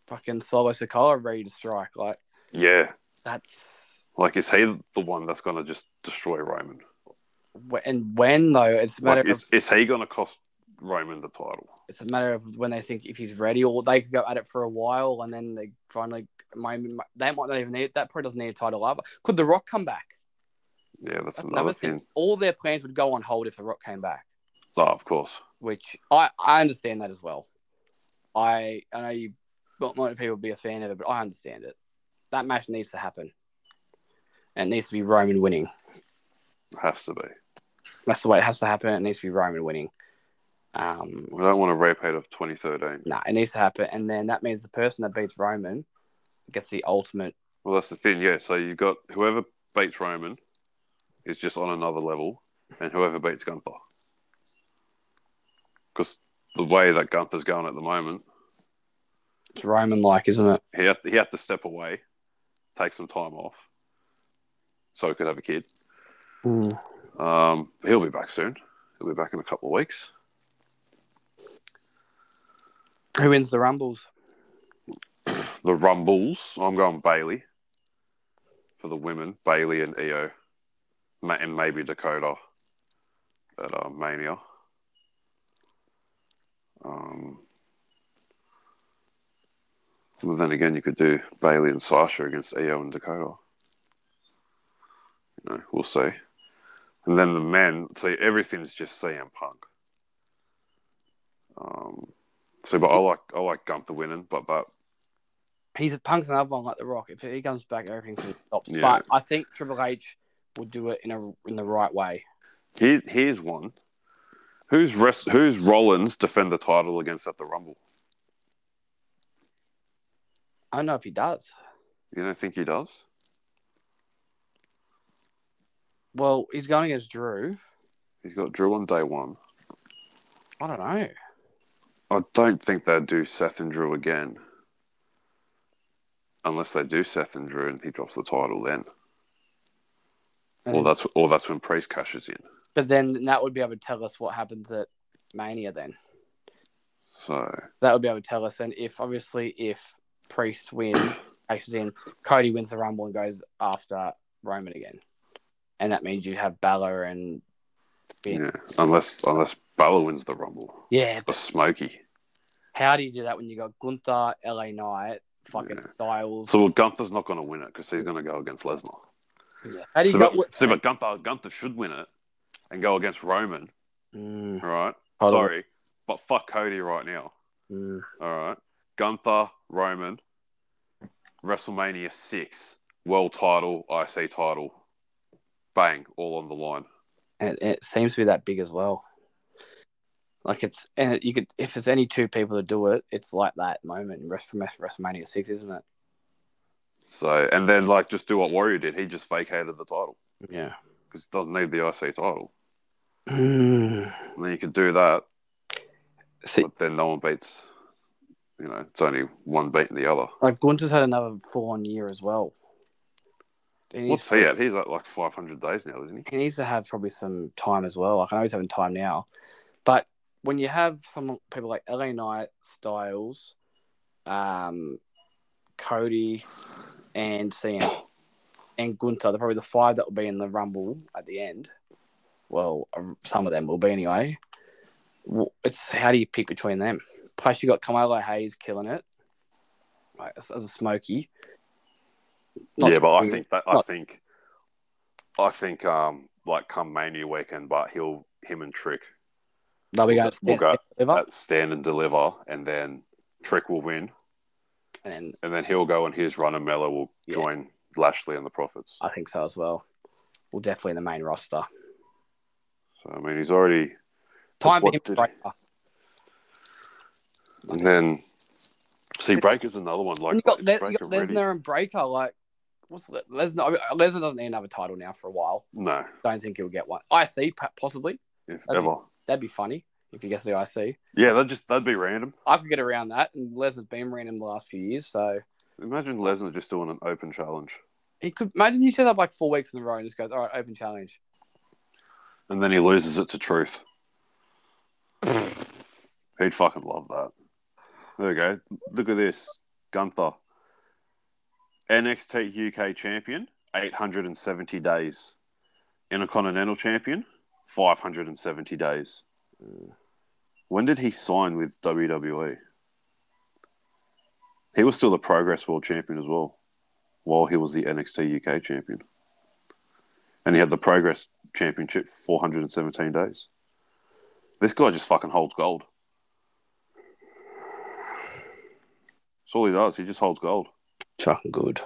Speaker 2: fucking Solo Sokoa ready to strike. Like
Speaker 1: Yeah,
Speaker 2: that's
Speaker 1: like is he the one that's going to just destroy Roman?
Speaker 2: and when though it's a matter
Speaker 1: Like,
Speaker 2: of
Speaker 1: is, is he going to cost Roman the title?
Speaker 2: it's a matter of when they think if he's ready or they could go at it for a while and then they finally might they might not even need that probably doesn't need a title either. Could The Rock come back?
Speaker 1: Yeah, that's,
Speaker 2: That's
Speaker 1: another,
Speaker 2: another
Speaker 1: thing.
Speaker 2: thing. All their plans would go on hold if The Rock came back,
Speaker 1: Oh, of course.
Speaker 2: which I I understand that as well. I I know you not many people would be a fan of it, but I understand it. That match needs to happen. And it needs to be Roman winning.
Speaker 1: It has to be.
Speaker 2: That's the way it has to happen. It needs to be Roman winning. Um,
Speaker 1: We don't want a repeat of 2013.
Speaker 2: nah, it needs to happen, and then that means the person that beats Roman gets the ultimate.
Speaker 1: Well, that's the thing. Yeah. So you've got whoever beats Roman is just on another level, and whoever beats Gunther. Because the way that Gunther's going at the moment,
Speaker 2: It's Roman like, isn't it?
Speaker 1: he had, he had to step away, take some time off, so he could have a kid. Um, he'll be back soon. He'll be back in a couple of weeks.
Speaker 2: Who wins the Rumbles?
Speaker 1: The Rumbles. I'm going Bailey for the women. Bailey and Io, Ma- and maybe Dakota at uh, Mania. Um, well, then again, you could do Bailey and Sasha against Io and Dakota. You know, we'll see. And then the men. See, everything's just CM Punk. Um, so, but I like I like Gunther winning, but but
Speaker 2: He's a punk's another one like The Rock. If he comes back, everything sort of stops.
Speaker 1: Yeah.
Speaker 2: But I think Triple H will do it in a in the right way.
Speaker 1: Here, here's one. Who's rest, who's Rollins defend the title against at the Rumble?
Speaker 2: I don't know if he does.
Speaker 1: You don't think he does?
Speaker 2: Well, he's going against Drew.
Speaker 1: He's got Drew on day one.
Speaker 2: I don't know.
Speaker 1: I don't think they'd do Seth and Drew again. Unless they do Seth and Drew and he drops the title then. Or that's or that's when Priest cashes in.
Speaker 2: But then that would be able to tell us what happens at Mania. Then
Speaker 1: So
Speaker 2: that would be able to tell us. And if obviously if Priest wins, actually in Cody wins the Rumble and goes after Roman again, and that means you have Balor and
Speaker 1: yeah.
Speaker 2: Yeah.
Speaker 1: Unless unless Balor wins the Rumble.
Speaker 2: yeah.
Speaker 1: Or Smokey.
Speaker 2: How do you do that when you got Gunther, LA Knight, fucking
Speaker 1: Yeah.
Speaker 2: Styles?
Speaker 1: So well Gunther's not gonna win it because he's gonna go against Lesnar.
Speaker 2: yeah. How do you
Speaker 1: So,
Speaker 2: got?
Speaker 1: but, so but Gunther Gunther should win it and go against Roman,
Speaker 2: Mm,
Speaker 1: all right?
Speaker 2: hold on.
Speaker 1: Sorry, but fuck Cody right now.
Speaker 2: Mm.
Speaker 1: All right. Gunther, Roman, WrestleMania 6, world title, IC title. Bang, all on the line.
Speaker 2: and it, it seems to be that big as well. Like it's and it, you could if there's any two people that do it, it's like that moment in Wrest- from WrestleMania six, isn't it?
Speaker 1: So, and then, like, just do what Warrior did. He just vacated the title
Speaker 2: Yeah.
Speaker 1: because it doesn't need the IC title.
Speaker 2: Mm.
Speaker 1: And then you could do that,
Speaker 2: See,
Speaker 1: but then no one beats, you know, it's only one beating the other.
Speaker 2: Like Gunther's had another full on year as well. He needs,
Speaker 1: What's he at? He's at like 500 days now, isn't he?
Speaker 2: he needs to have probably some time as well. Like I know he's having time now, but when you have some people like LA Knight, Styles, um, Cody, and CM, and Gunther, they're probably the five that will be in the Rumble at the end. Well, um, some of them will be anyway. Well, It's how do you pick between them? Plus, you got Carmelo Hayes killing it like, as, as a smoky. Not
Speaker 1: yeah, but I
Speaker 2: true.
Speaker 1: think that I
Speaker 2: Not-
Speaker 1: think I think um like come Mania weekend, but he'll him and Trick
Speaker 2: They'll be
Speaker 1: We'll
Speaker 2: going
Speaker 1: go- we'll go. Uh,
Speaker 2: Liver,
Speaker 1: at stand and deliver, and then Trick will win,
Speaker 2: and
Speaker 1: and then he'll go on his run, and Mello will
Speaker 2: Yeah.
Speaker 1: join Lashley and the Profits.
Speaker 2: I think so as well. Well, definitely in the main roster.
Speaker 1: So I mean, he's already
Speaker 2: Time for
Speaker 1: what
Speaker 2: him to
Speaker 1: did-
Speaker 2: break up.
Speaker 1: and then see Breaker's another one like
Speaker 2: And you got,
Speaker 1: like,
Speaker 2: Les- you
Speaker 1: Breaker
Speaker 2: got
Speaker 1: really-
Speaker 2: Lesnar and Breaker. Like, what's Le- Lesnar? I mean, uh, Lesnar doesn't need another title now for a while.
Speaker 1: no
Speaker 2: Don't think he'll get one. IC po- possibly.
Speaker 1: if
Speaker 2: That'd be-
Speaker 1: ever
Speaker 2: That'd be funny if he gets the IC.
Speaker 1: yeah that just that'd be random.
Speaker 2: I could get around that, and Lesnar's been random the last few years, so
Speaker 1: Imagine Lesnar just doing an open challenge,
Speaker 2: he could imagine he set up like four weeks in a row and just goes, "All right, open challenge."
Speaker 1: and then he loses it to Truth. He'd fucking love that. There we go. Look at this. Gunther. NXT UK champion, 870 days. Intercontinental champion, 570 days. When did he sign with WWE? He was still the Progress World Champion as well, while he was the NXT UK champion. And he had the Progress Championship for 417 days. This guy just fucking holds gold. That's all he does. He just holds gold.
Speaker 2: Fucking good.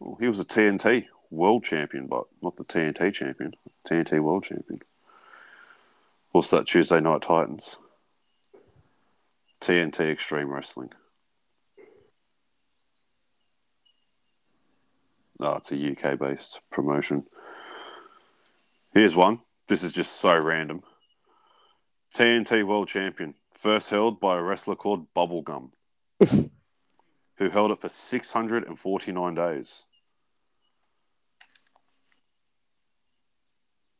Speaker 1: Well, he was a TNT world champion, but not the TNT champion. TNT world champion. What's that? Tuesday Night Titans. TNT Extreme Wrestling. No, it's a UK based promotion. Here's one. This is just so random. TNT World Champion, first held by a wrestler called Bubblegum, who held it for 649 days.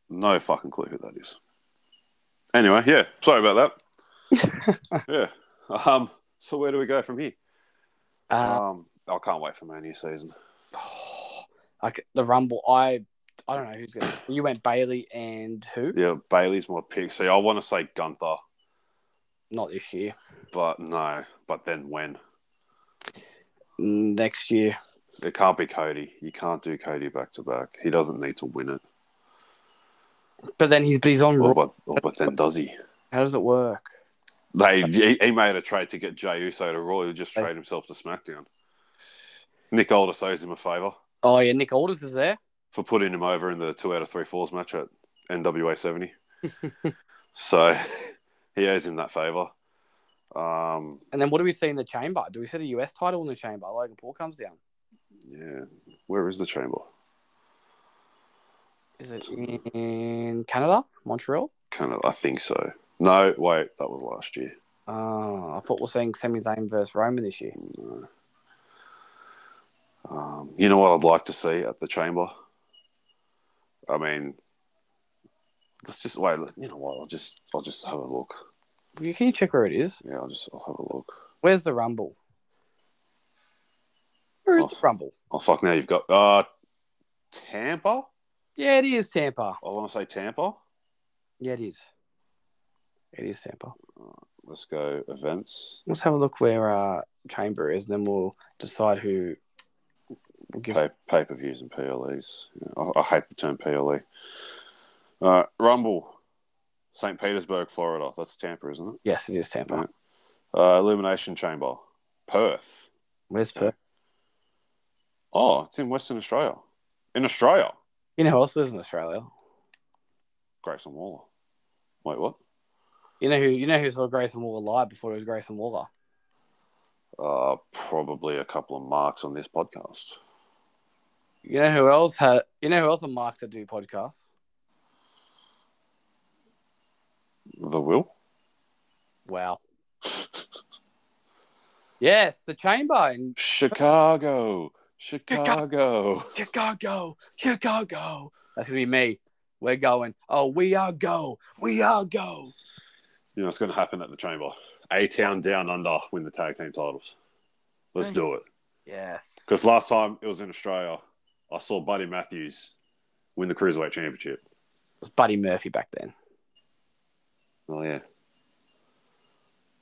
Speaker 1: No fucking clue who that is. Anyway, yeah, sorry about that. yeah. Um, so where do we go from here?
Speaker 2: Uh,
Speaker 1: um, I can't wait for Mania season.
Speaker 2: like the Rumble, I I don't know who's gonna. You went Bailey and who?
Speaker 1: Yeah, Bailey's my pick. See, I want to say Gunther,
Speaker 2: Not this year.
Speaker 1: but no. But then when?
Speaker 2: Next year.
Speaker 1: It can't be Cody. You can't do Cody back to back. He doesn't need to win it.
Speaker 2: But then he's but he's on
Speaker 1: Or,
Speaker 2: Raw.
Speaker 1: but, or, but then does he?
Speaker 2: How does it work?
Speaker 1: They he, he made a trade to get Jey Uso to Raw. He'll just trade himself to SmackDown. Nick Aldis owes him a favor
Speaker 2: Oh yeah, Nick Aldis is there.
Speaker 1: for putting him over in the two out of three falls match at NWA seventy. so he owes him that favor. Um,
Speaker 2: And then what do we see in the chamber? Do we see the US title in the chamber? Logan Paul comes down.
Speaker 1: yeah, where is the chamber?
Speaker 2: Is it in Canada, Montreal?
Speaker 1: Kind of, I think so. No, wait, that was last year.
Speaker 2: Oh, I thought we are seeing Sami Zayn versus Roman this year.
Speaker 1: No. Um, you know what I'd like to see at the chamber? I mean, let's just wait. let- You know what? I'll just I'll just have a look.
Speaker 2: Can you- Can you check where it is?
Speaker 1: Yeah, I'll just I'll have a look.
Speaker 2: Where's the Rumble? Where is
Speaker 1: Oh.
Speaker 2: the Rumble?
Speaker 1: Oh fuck! Now you've got uh, Tampa.
Speaker 2: Yeah, it is Tampa.
Speaker 1: I want to say Tampa.
Speaker 2: Yeah, it is. It is Tampa.
Speaker 1: Let's go events
Speaker 2: Let's have a look where uh, Chamber is, then we'll decide who. We'll give...
Speaker 1: pay pay per views and PLEs. Yeah, I, I hate the term PLE. Uh, Rumble, St. Petersburg, Florida. That's Tampa, isn't it?
Speaker 2: Yes, it is Tampa.
Speaker 1: Right. Uh, Illumination Chamber, Perth.
Speaker 2: Where's Perth?
Speaker 1: Oh, it's in Western Australia. In Australia,
Speaker 2: You know who else lives in Australia?
Speaker 1: Grayson Waller. Wait, what?
Speaker 2: You know who? You know who saw Grayson Waller live before it was Grayson Waller?
Speaker 1: Uh, probably a couple of marks on this podcast.
Speaker 2: You know who else had? You know who else are marks that do podcasts?
Speaker 1: The Will?
Speaker 2: Wow. yes, the chamber in
Speaker 1: Chicago. Chicago.
Speaker 2: Chicago, Chicago. That's gonna be me. We're going. Oh, we are go. We are go.
Speaker 1: You know, it's going to happen at the chamber. A Town Down Under win the tag team titles. Let's
Speaker 2: Hey.
Speaker 1: do it.
Speaker 2: Yes.
Speaker 1: Because last time it was in Australia, I saw Buddy Matthews win the Cruiserweight Championship.
Speaker 2: It was Buddy Murphy back then.
Speaker 1: Oh, yeah.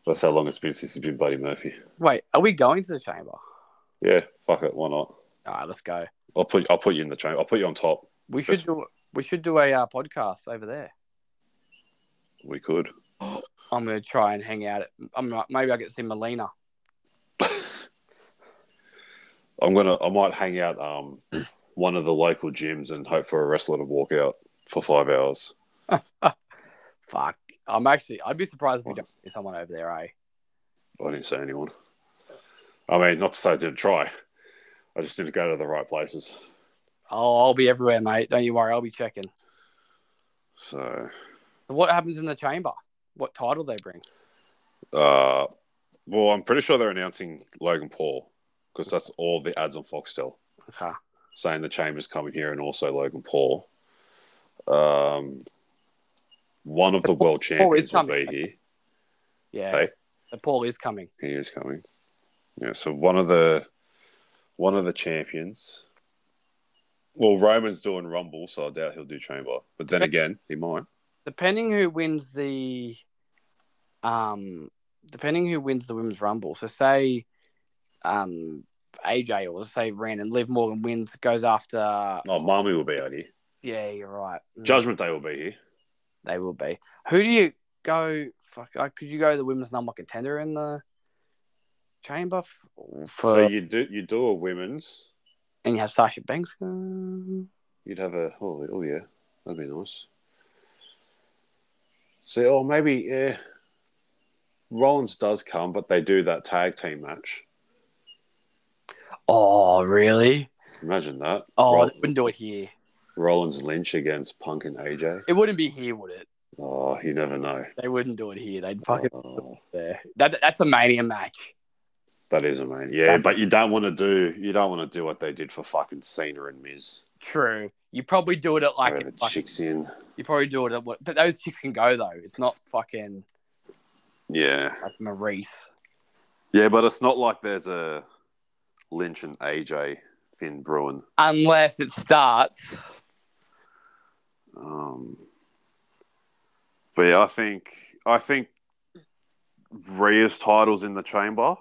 Speaker 1: That's how long it's been since it's been Buddy Murphy.
Speaker 2: Wait, are we going to the chamber?
Speaker 1: Yeah, fuck it. Why not?
Speaker 2: All right, let's go.
Speaker 1: I'll put I'll put you in the chamber. I'll put you on top.
Speaker 2: We should
Speaker 1: That's-
Speaker 2: do we should do a uh, podcast over there.
Speaker 1: We could.
Speaker 2: I'm gonna try and hang out. At, I'm not, maybe I get to see Melina.
Speaker 1: I'm gonna I might hang out um one of the local gyms and hope for a wrestler to walk out for five hours.
Speaker 2: Fuck. I'm actually. I'd be surprised if we don't see someone over there. Eh?
Speaker 1: I didn't see anyone. I mean, not to say I didn't try. I just didn't go to the right places.
Speaker 2: Oh, I'll be everywhere, mate. Don't you worry. I'll be checking.
Speaker 1: So
Speaker 2: So what happens in the chamber? What title they bring?
Speaker 1: uh well I'm pretty sure they're announcing Logan Paul because that's all the ads on Foxtel.
Speaker 2: Okay.
Speaker 1: saying the chamber's coming here and also Logan Paul. Um, one of the world
Speaker 2: Paul is
Speaker 1: champions will be
Speaker 2: coming.
Speaker 1: here.
Speaker 2: Yeah.
Speaker 1: Hey.
Speaker 2: The Paul is coming.
Speaker 1: He is coming. Yeah, so one of the one of the champions. Well, Roman's doing Rumble, so I doubt he'll do Chamber. But then again, he might.
Speaker 2: Depending who wins the, um, depending who wins the women's rumble. So say, um, AJ or say Ren and Liv Morgan wins goes after.
Speaker 1: Oh, Mami will be out here.
Speaker 2: Yeah, you're right. Mm.
Speaker 1: Judgment Day will be here.
Speaker 2: They will be. Who do you go? Fuck, uh, could you go the women's number contender in the chamber f- for?
Speaker 1: so you do you do a women's.
Speaker 2: and you have Sasha Banks. uh,
Speaker 1: You'd have a oh, oh yeah, that'd be nice. See, oh maybe yeah. Rollins does come, but they do that tag team match.
Speaker 2: Oh, really?
Speaker 1: Imagine that.
Speaker 2: Oh,
Speaker 1: Roll-
Speaker 2: they wouldn't do it here.
Speaker 1: Rollins Lynch against Punk and AJ.
Speaker 2: It wouldn't be here, would it?
Speaker 1: Oh, you never know.
Speaker 2: They wouldn't do it here. They'd fucking
Speaker 1: Oh,
Speaker 2: there. That that's a mania match.
Speaker 1: that is amazing. Yeah, but you don't want to do you don't want to do what they did for fucking Cena and Miz.
Speaker 2: True. You probably do it at like,
Speaker 1: Where the
Speaker 2: like-
Speaker 1: chicks in.
Speaker 2: you probably do it at what? But those chicks can go though. It's not fucking
Speaker 1: Yeah.
Speaker 2: like Maurice.
Speaker 1: Yeah, but it's not like there's a Lynch and AJ Finn Bruin.
Speaker 2: Unless it starts.
Speaker 1: Um, but yeah, I think I think Rhea's title's in the chamber,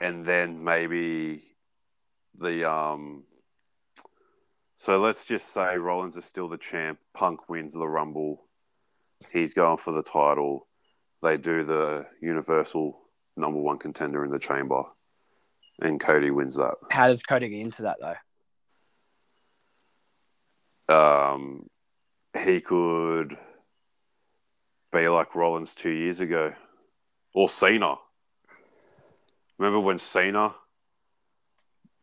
Speaker 1: and then maybe the um. So let's just say Rollins is still the champ. Punk wins the Rumble. He's going for the title. They do the Universal number one contender in the chamber, and Cody wins that.
Speaker 2: How does Cody get into that though?
Speaker 1: um, he could be like Rollins two years ago, or Cena. Remember when Cena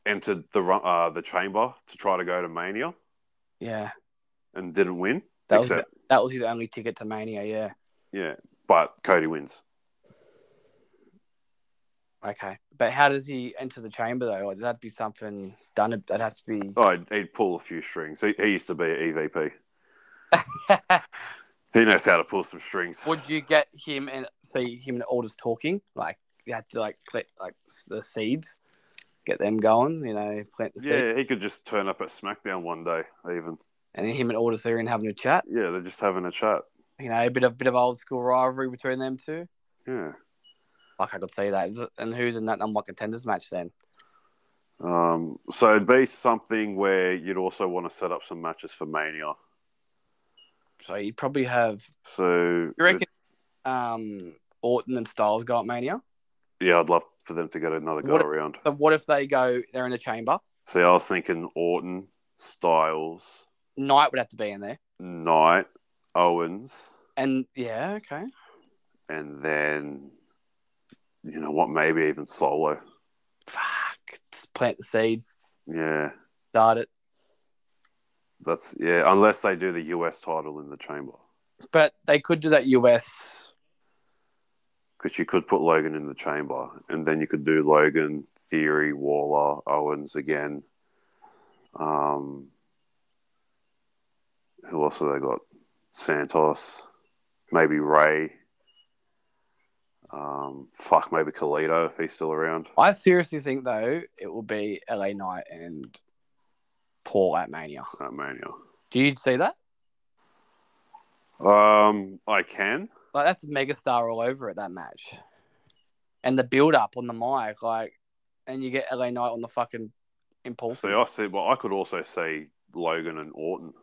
Speaker 1: entered the ru- uh, the chamber to try to go to Mania
Speaker 2: Yeah,
Speaker 1: and didn't win?
Speaker 2: that was
Speaker 1: Except,
Speaker 2: that was his only ticket to Mania. Yeah.
Speaker 1: yeah, but Cody wins.
Speaker 2: Okay, but how does he enter the chamber though? Like, that'd be something done. That'd have to be.
Speaker 1: Oh, he'd- he'd pull a few strings. He, he used to be an EVP. He knows how to pull some strings.
Speaker 2: Would you get him and see him and Alders talking? Like you had to like click like the seeds, get them going. You know, plant the seeds,
Speaker 1: Yeah, he could just turn up at SmackDown one day, even.
Speaker 2: and then him and Alders there and having a chat.
Speaker 1: Yeah, they're just having a chat.
Speaker 2: You know, a bit of bit of old school rivalry between them two.
Speaker 1: Yeah.
Speaker 2: Like I could see that. Is it- And who's in that number one contenders match then?
Speaker 1: Um, so it'd be something where you'd also want to set up some matches for Mania.
Speaker 2: So you probably have.
Speaker 1: So
Speaker 2: You reckon? Um, Orton and Styles go at Mania.
Speaker 1: yeah, I'd love for them to get another go
Speaker 2: What-
Speaker 1: around.
Speaker 2: So what if they go? They're in the chamber.
Speaker 1: See, I was thinking Orton, Styles,
Speaker 2: Knight would have to be in there.
Speaker 1: Knight, Owens,
Speaker 2: And yeah, okay.
Speaker 1: and then you know what? Maybe even Solo.
Speaker 2: Fuck. Just plant the seed.
Speaker 1: Yeah,
Speaker 2: Start it.
Speaker 1: that's yeah. Unless they do the US title in the chamber,
Speaker 2: But they could do that US.
Speaker 1: because you could put Logan in the chamber, and then you could do Logan, Theory, Waller, Owens again. Um, who else have they got? Santos, maybe Ray. Um, fuck, maybe Colito if he's still around.
Speaker 2: I seriously think though it will be LA Knight and Paul at Mania.
Speaker 1: At Mania.
Speaker 2: Do you see that?
Speaker 1: Um, I can.
Speaker 2: Like that's a megastar all over at that match. And the build up on the mic, like and you get LA Knight on the fucking impulse.
Speaker 1: So I said, well, I could also see Logan and Orton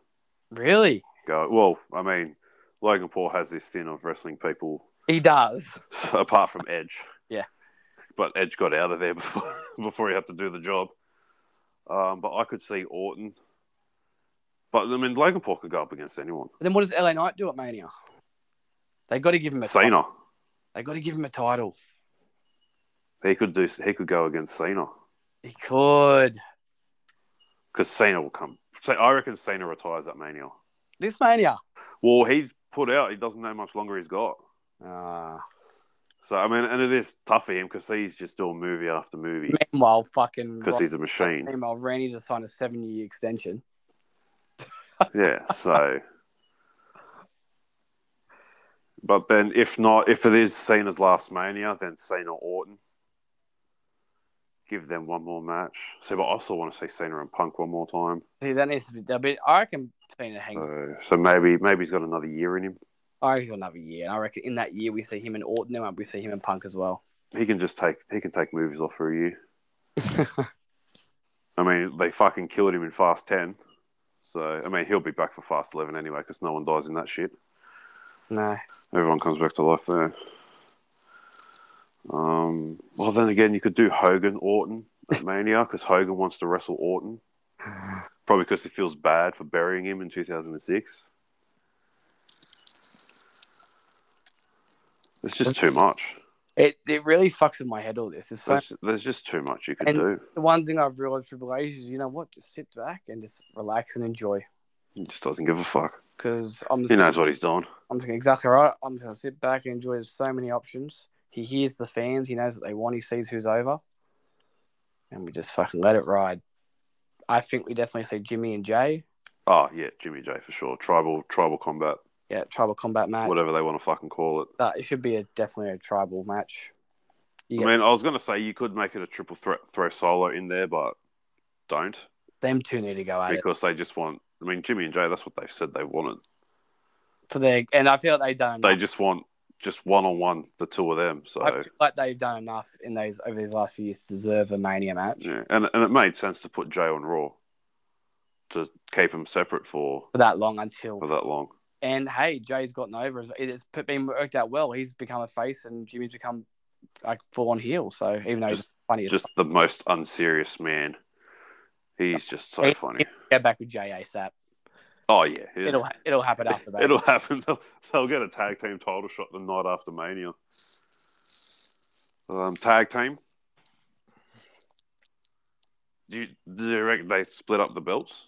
Speaker 2: Really?
Speaker 1: go. Well, I mean, Logan Paul has this thing of wrestling people
Speaker 2: He does.
Speaker 1: apart from Edge.
Speaker 2: Yeah.
Speaker 1: But Edge got out of there before before he had to do the job. Um, but I could see Orton. But I mean, Logan Paul could go up against anyone.
Speaker 2: But then what does LA Knight do at Mania? They got to give him a title.
Speaker 1: Cena,
Speaker 2: They got to give him a title.
Speaker 1: he could do. He could go against Cena
Speaker 2: He could.
Speaker 1: because Cena will come. So I reckon Cena retires at Mania.
Speaker 2: This Mania.
Speaker 1: Well, he's put out. He doesn't know how much longer he's got. Uh,
Speaker 2: Ah.
Speaker 1: So I mean, and it is tough for him because he's just doing movie after movie
Speaker 2: meanwhile, fucking.
Speaker 1: because he's a machine.
Speaker 2: Meanwhile, Randy just signed a seven-year extension.
Speaker 1: Yeah, so. But then, if not, if it is Cena's last mania, then Cena Orton. Give them one more match. See, but I also want to see Cena and Punk one more time.
Speaker 2: See, that needs to be. That bit, I reckon Cena hangs.
Speaker 1: So, so maybe maybe he's got another year in him.
Speaker 2: I reckon he's got another year, and I reckon in that year we see him in Orton, and we see him in Punk as well.
Speaker 1: He can just take he can take movies off for a year. I mean, they fucking killed him in Fast Ten, so I mean he'll be back for Fast Eleven anyway because no one dies in that shit.
Speaker 2: No.
Speaker 1: Everyone comes back to life there. Um, well, then again, you could do Hogan Orton at Mania because Hogan wants to wrestle Orton, probably because he feels bad for burying him in 2006. There's just too much.
Speaker 2: It it really fucks with my head all this. It's so,
Speaker 1: There's, there's just too much you can
Speaker 2: And-
Speaker 1: do.
Speaker 2: the one thing I've realized Triple H is you know what, just sit back and just relax and enjoy.
Speaker 1: He just doesn't give a fuck.
Speaker 2: Because I'm just
Speaker 1: He knows what he's doing.
Speaker 2: I'm thinking exactly right. I'm just gonna sit back and enjoy there's so many options. He hears the fans, he knows what they want, he sees who's over. And we just fucking let it ride. I think we definitely see Jimmy and Jay.
Speaker 1: Oh, yeah, Jimmy J for sure. Tribal tribal combat,
Speaker 2: Yeah, tribal combat match.
Speaker 1: whatever they want to fucking call it.
Speaker 2: That it should be a definitely a tribal match. Yeah.
Speaker 1: I mean, I was going to say you could make it a triple threat, throw solo in there, but don't.
Speaker 2: Them two need to go at it
Speaker 1: because they just want. I mean, Jimmy and Jay. That's what they've said they wanted.
Speaker 2: for their and I feel like they've done
Speaker 1: They
Speaker 2: enough.
Speaker 1: just want just one on one, the two of them. So
Speaker 2: I feel like they've done enough in those over these last few years to deserve a mania match.
Speaker 1: yeah. and and it made sense to put Jay on Raw to keep them separate for
Speaker 2: For that long until
Speaker 1: for that long.
Speaker 2: And hey, Jay's gotten over. it. It's p- been worked out well. He's become a face, and Jimmy's become like full on heel. So even though he's
Speaker 1: Just-
Speaker 2: funny, as
Speaker 1: Just the most unserious man. He's just so
Speaker 2: Hey,
Speaker 1: funny.
Speaker 2: fuck, get back with Jay ASAP.
Speaker 1: Oh yeah,
Speaker 2: It'll it'll happen after that.
Speaker 1: It'll happen. They'll, they'll get a tag team title shot the night after Mania. Um, tag team. Do you, do you reckon they split up the belts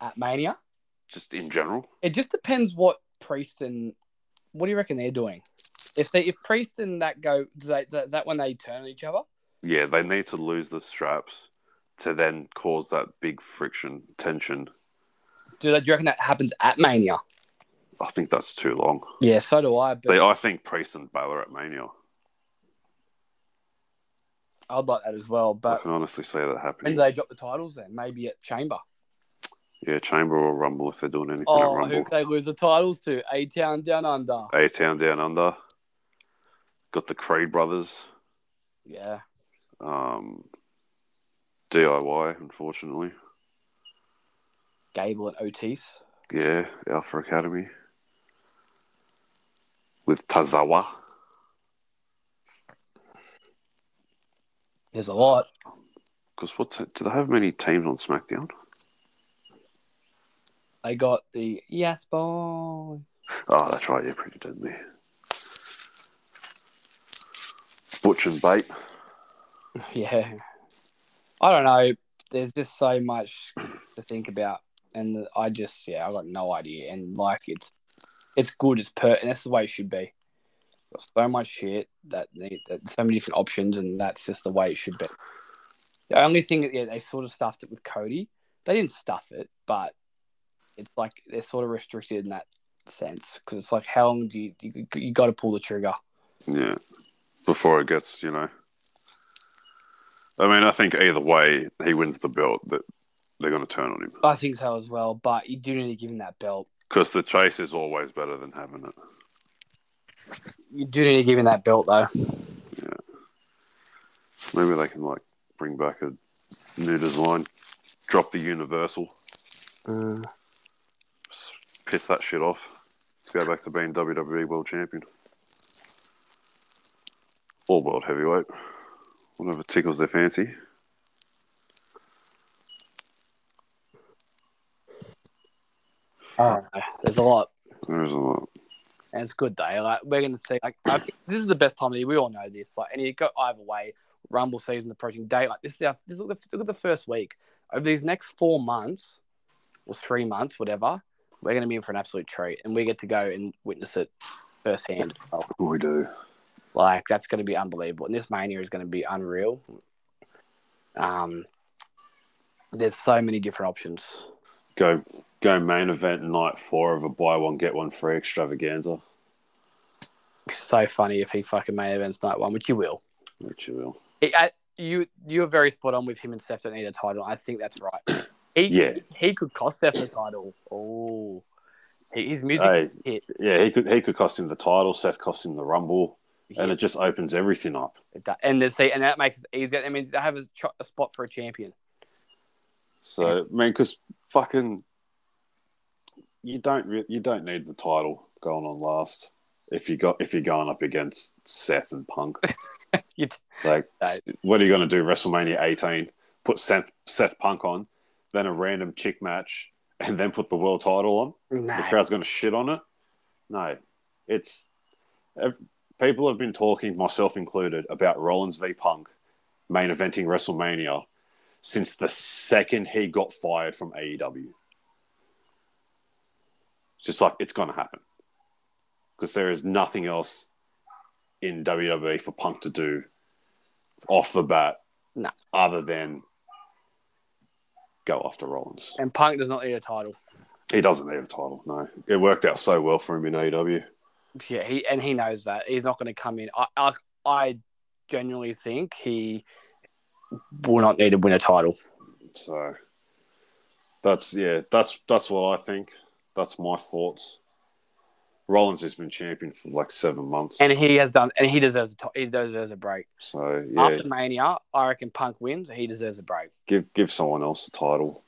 Speaker 2: at Mania.
Speaker 1: just in general?
Speaker 2: It just depends what Priest and what do you reckon they're doing. If they if Priest and that go do they, that that when they turn on each other,
Speaker 1: Yeah, they need to lose the straps to then cause that big friction tension.
Speaker 2: do, they, do you reckon that happens at Mania?
Speaker 1: I think that's too long.
Speaker 2: Yeah, so do I. But
Speaker 1: They, I think Priest and Balor at Mania.
Speaker 2: I'd like that as well.
Speaker 1: I
Speaker 2: But
Speaker 1: can honestly say that
Speaker 2: when
Speaker 1: happening.
Speaker 2: do they drop the titles then? Maybe at Chamber.
Speaker 1: yeah, Chamber or Rumble if they're doing anything
Speaker 2: Oh,
Speaker 1: at
Speaker 2: who
Speaker 1: Rumble.
Speaker 2: could they lose the titles to? A Town Down Under.
Speaker 1: A Town Down Under. Got the Creed Brothers.
Speaker 2: Yeah.
Speaker 1: um, DIY, unfortunately.
Speaker 2: Gable and Otis.
Speaker 1: Yeah, Alpha Academy with Tazawa.
Speaker 2: There's a lot.
Speaker 1: Because what's it? Do they have many teams on SmackDown?
Speaker 2: They got the Yes Boy.
Speaker 1: Oh, that's right. Yeah, pretty deadly. Butch and Bait.
Speaker 2: Yeah. I don't know. There's just so much to think about. And I just, yeah, I got no idea. And like, it's it's good. It's per, and that's the way it should be. Got so much shit that, need- that so many different options, and that's just the way it should be. The only thing, that, yeah, they sort of stuffed it with Cody. They didn't stuff it, but it's like they're sort of restricted in that sense because it's like, how long do you you, you got to pull the trigger?
Speaker 1: Yeah. Before it gets, you know. I mean, I think either way, he wins the belt, that they're going to turn on him.
Speaker 2: I think so as well, but you do need to give him that belt.
Speaker 1: Because the chase is always better than having it.
Speaker 2: You do need to give him that belt though.
Speaker 1: Maybe they can like bring back a new design, drop the universal,
Speaker 2: Uh,
Speaker 1: piss that shit off. Let's go back to being WWE World Champion. Or World Heavyweight. Whatever tickles their fancy.
Speaker 2: I don't know. There's a lot.
Speaker 1: There's a lot.
Speaker 2: And it's a good day. Like we're gonna see. Like I think this is the best time of the year. We all know this. Like, and you go either way. Rumble season approaching. Day like this. Is our, this look, at the, look at the first week. Over these next four months, or three months, whatever, we're gonna be in for an absolute treat, and we get to go and witness it firsthand. Oh,
Speaker 1: We do.
Speaker 2: like that's gonna be unbelievable. And this mania is gonna be unreal. Um, there's so many different options.
Speaker 1: Go go main event night four of a buy one get one free extravaganza.
Speaker 2: It's so funny if he fucking main events night one, which you will.
Speaker 1: Which you will.
Speaker 2: It, I, you you were very spot on with him and Seth don't need a title. I think that's right. He
Speaker 1: Yeah.
Speaker 2: he could cost Seth the title. Oh, He- his music
Speaker 1: Hey,
Speaker 2: hit.
Speaker 1: yeah, he could he could cost him the title, Seth cost him the rumble, and
Speaker 2: hit
Speaker 1: it just opens everything up.
Speaker 2: that. and then see, and that makes it easier. That means they have a, cho- a spot for a champion.
Speaker 1: So man, because fucking, you don't re- you don't need the title going on last if you got if you're going up against Seth and Punk.
Speaker 2: You-
Speaker 1: like,
Speaker 2: No.
Speaker 1: what are you going to do? WrestleMania 18, put Seth Seth Punk on, then a random chick match, and then put the world title on. The
Speaker 2: Nah.
Speaker 1: crowd's going to shit on it. No, it's ev- people have been talking, myself included, about Rollins v Punk main eventing WrestleMania since the second he got fired from AEW. It's Just like it's going to happen because there is nothing else in WWE for Punk to do off the bat,
Speaker 2: No.
Speaker 1: other than go after Rollins.
Speaker 2: And Punk does not need a title.
Speaker 1: He doesn't need a title, no. It worked out so well for him in E AEW.
Speaker 2: Yeah, he and he knows that he's not going to come in. I, I I genuinely think he will not need to win a title.
Speaker 1: So that's yeah, that's that's what I think. That's my thoughts. Rollins has been champion for like seven months.
Speaker 2: And he has done, and he deserves a to- he deserves a break.
Speaker 1: so yeah,
Speaker 2: After Mania, I reckon Punk wins. He deserves a break.
Speaker 1: give give someone else a title.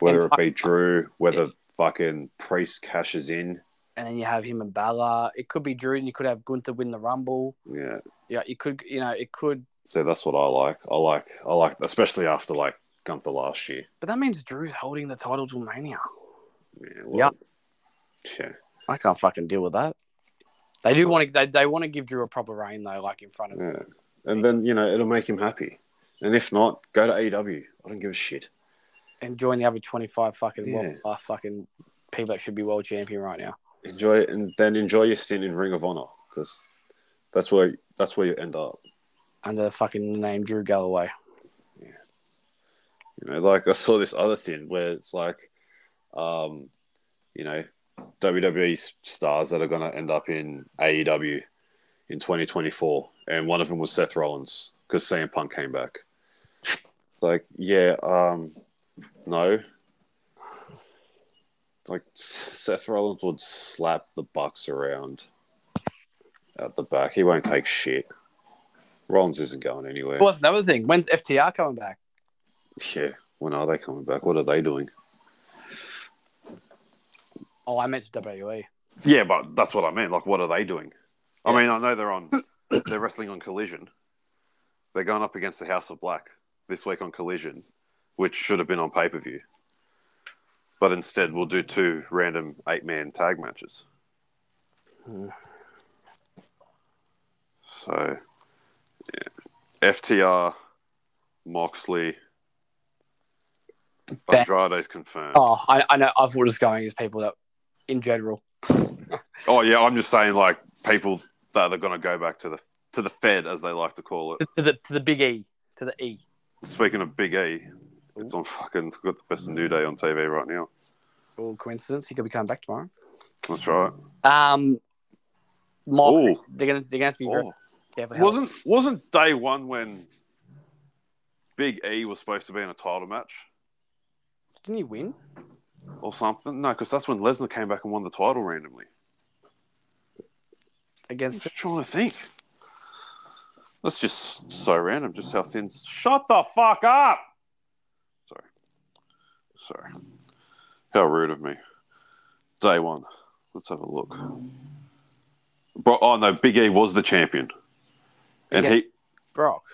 Speaker 1: Whether it be Drew, whether fucking Priest cashes in.
Speaker 2: and then you have him and Balor. It could be Drew, and you could have Gunther win the Rumble.
Speaker 1: Yeah.
Speaker 2: Yeah, you could, you know, it could,
Speaker 1: So that's what I like. I like I like especially after like Gunther last year.
Speaker 2: but that means Drew's holding the title to Mania.
Speaker 1: Yeah. well, Yeah.
Speaker 2: I can't fucking deal with that. They do want to, they, they want to give Drew a proper reign though, like in front of him.
Speaker 1: Yeah. And then, you know, it'll make him happy. And if not, go to AEW. I don't give a shit.
Speaker 2: and join the other twenty five fucking world
Speaker 1: Yeah.
Speaker 2: class fucking people that should be world champion right now.
Speaker 1: Enjoy it and then enjoy your stint in Ring of Honor because that's where that's where you end up.
Speaker 2: Under the fucking name Drew Galloway.
Speaker 1: You know, like I saw this other thing where it's like, um, you know, WWE s- stars that are going to end up in AEW in 2024, and one of them was Seth Rollins because CM Punk came back. It's Like, yeah, um, no. Like S- Seth Rollins would slap the Bucks around at the back. He won't take shit. Rollins isn't going anywhere.
Speaker 2: Well, that's another thing. When's FTR coming back?
Speaker 1: Yeah. When are they coming back? What are they doing?
Speaker 2: Oh, I meant WWE.
Speaker 1: Yeah, but that's what I meant. Like, what are they doing? I
Speaker 2: Yeah.
Speaker 1: mean, I know they're on, they're wrestling on Collision. They're going up against the House of Black this week on Collision, which should have been on pay per view. But instead, we'll do two random eight man tag matches. Mm.
Speaker 2: Hmm.
Speaker 1: So, yeah. FTR, Moxley,
Speaker 2: Ba-
Speaker 1: Andrade's confirmed.
Speaker 2: Oh, I, I know. I thought it was going as people that, in general,
Speaker 1: Oh yeah, I'm just saying like people that are going to go back to the to the Fed as they like to call it.
Speaker 2: to the to the Big E, to the E.
Speaker 1: Speaking of Big E, it's on fucking it's got the best new day on TV right now.
Speaker 2: All coincidence. He could be coming back tomorrow.
Speaker 1: That's right.
Speaker 2: Um, Mox,
Speaker 1: Ooh.
Speaker 2: they're gonna they're gonna have to be very
Speaker 1: Oh.
Speaker 2: careful. how-
Speaker 1: Wasn't wasn't day one when Big E was supposed to be in a title match
Speaker 2: didn't he win?
Speaker 1: or something? No, because that's when Lesnar came back and won the title randomly. I'm
Speaker 2: Against
Speaker 1: just trying to think. That's just so random. Just how thin. Shut the fuck up. Sorry. Sorry. How rude of me. Day one. Let's have a look. Bro, oh no, Big E was the champion, and
Speaker 2: Big Brock.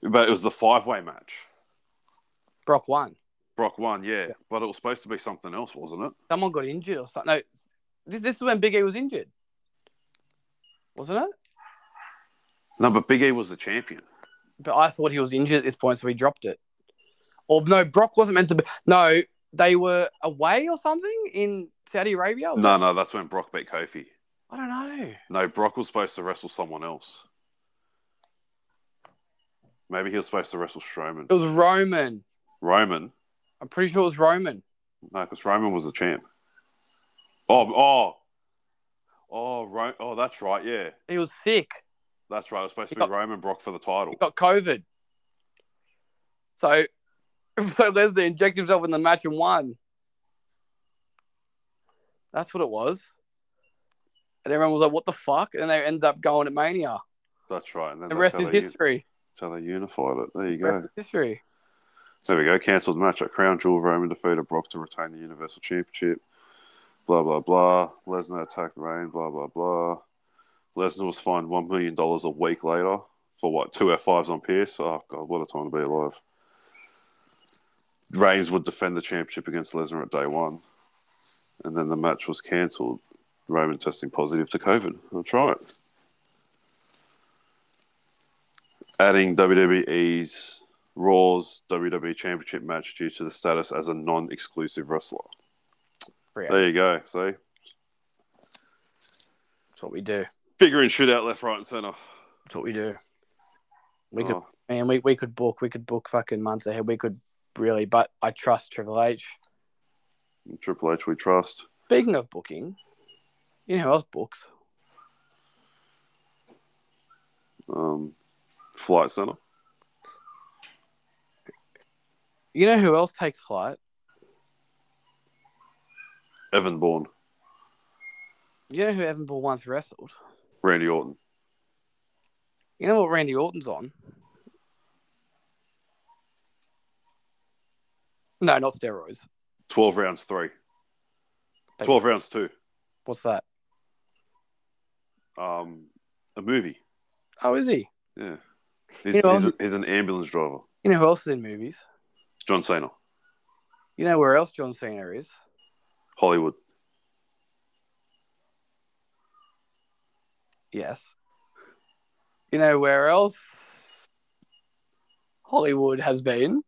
Speaker 1: he. But it was the five-way match.
Speaker 2: Brock won.
Speaker 1: Brock won, yeah, but it was supposed to be something else, wasn't it?
Speaker 2: Someone got injured or something. No, this, this is when Big E was injured. Wasn't it?
Speaker 1: No, but Big E was the champion.
Speaker 2: But I thought he was injured at this point, so he dropped it. Or no, Brock wasn't meant to be. No, they were away or something in Saudi Arabia.
Speaker 1: No, no, that's when Brock beat Kofi.
Speaker 2: I don't know.
Speaker 1: No, Brock was supposed to wrestle someone else. Maybe he was supposed to wrestle Strowman.
Speaker 2: It was Roman.
Speaker 1: Roman?
Speaker 2: I'm pretty sure it was Roman.
Speaker 1: No, because Roman was the champ. Oh, oh, oh, Ro- oh, that's right. Yeah,
Speaker 2: He was sick.
Speaker 1: that's right. It was supposed to
Speaker 2: He
Speaker 1: be
Speaker 2: got-
Speaker 1: Roman Brock for the title.
Speaker 2: He got COVID. So, so Lesnar injected himself in the match and won. That's what it was. And everyone was like, what the fuck? And they ended up going at Mania.
Speaker 1: That's right. And then
Speaker 2: The
Speaker 1: that's
Speaker 2: rest
Speaker 1: how,
Speaker 2: is
Speaker 1: they, that's
Speaker 2: history.
Speaker 1: how they unified it. There you
Speaker 2: The
Speaker 1: go.
Speaker 2: rest is history.
Speaker 1: There we go. Cancelled match at Crown Jewel. Roman defeated Brock to retain the Universal Championship. Blah, blah, blah. Lesnar attacked Reign. Blah, blah, blah. Lesnar was fined $1 million a week later for what? Two F5s on Pierce? Oh, God. What a time to be alive. Reigns would defend the championship against Lesnar at day one. And then the match was cancelled. Roman testing positive to COVID. That's right. Adding WWE's Raw's WWE Championship match due to the status as a non exclusive wrestler.
Speaker 2: That's
Speaker 1: There you go. See?
Speaker 2: what we do.
Speaker 1: Figuring shit out left, right, and center.
Speaker 2: That's what we do. We could,
Speaker 1: Oh,
Speaker 2: man, we, we could book, we could book fucking months ahead. We could really, but I trust Triple H.
Speaker 1: Triple H, we trust.
Speaker 2: Speaking of booking, you know who else books?
Speaker 1: Um, Flight Center.
Speaker 2: You know who else takes flight?
Speaker 1: Evan Bourne.
Speaker 2: You know who Evan Bull once wrestled?
Speaker 1: Randy Orton.
Speaker 2: You know what Randy Orton's on? No, not steroids.
Speaker 1: 12 rounds, three.
Speaker 2: Thank
Speaker 1: 12 rounds, two.
Speaker 2: What's that?
Speaker 1: Um, a movie.
Speaker 2: Oh, is he?
Speaker 1: Yeah. He's,
Speaker 2: You know,
Speaker 1: he's, a, he's an ambulance driver.
Speaker 2: You know who else is in movies?
Speaker 1: John Cena.
Speaker 2: You know where else John Cena is?
Speaker 1: Hollywood.
Speaker 2: Yes. You know where else Hollywood has been?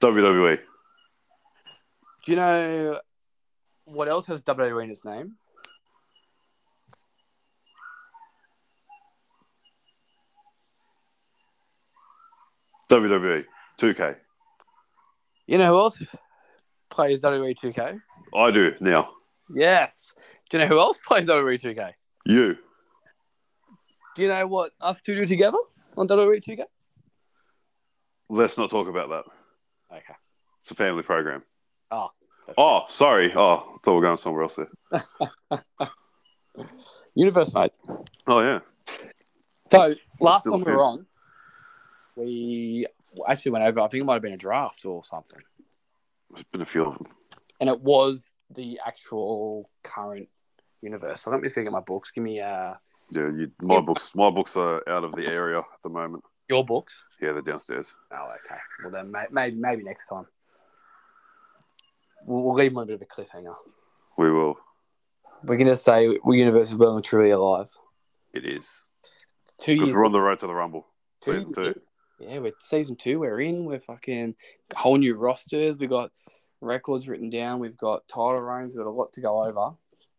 Speaker 1: WWE.
Speaker 2: Do you know what else has WWE in its name?
Speaker 1: WWE. 2K.
Speaker 2: You know who else plays WWE 2K?
Speaker 1: I do now.
Speaker 2: Yes. Do you know who else plays WWE 2K?
Speaker 1: You.
Speaker 2: Do you know what us two do together on E WWE 2K?
Speaker 1: Let's not talk about that.
Speaker 2: Okay.
Speaker 1: It's a family program.
Speaker 2: Oh.
Speaker 1: Oh, sorry. Oh, I thought we were going somewhere else there.
Speaker 2: Universe mate.
Speaker 1: Oh, yeah.
Speaker 2: So
Speaker 1: We're
Speaker 2: last
Speaker 1: still
Speaker 2: time we
Speaker 1: fit.
Speaker 2: were on, we actually went over. I think it might have been a draft or something,
Speaker 1: There's been a few of them.
Speaker 2: and it was the actual current universe. So let me just go get my books. Give me uh,
Speaker 1: Yeah, you, my books my books are out of the area at the moment.
Speaker 2: your books.
Speaker 1: Yeah, they're downstairs.
Speaker 2: Oh, okay. Well, then may- maybe maybe next time. We'll, we'll leave them on a bit of a cliffhanger.
Speaker 1: We will.
Speaker 2: We're gonna say we universe is well and truly alive.
Speaker 1: It is
Speaker 2: Two
Speaker 1: because
Speaker 2: years.
Speaker 1: we're on the road to the Rumble
Speaker 2: two
Speaker 1: season
Speaker 2: years-
Speaker 1: two.
Speaker 2: Yeah, we're season two. We're in. We're fucking whole new rosters. We got records written down. We've got title reigns. We've got a lot to go over.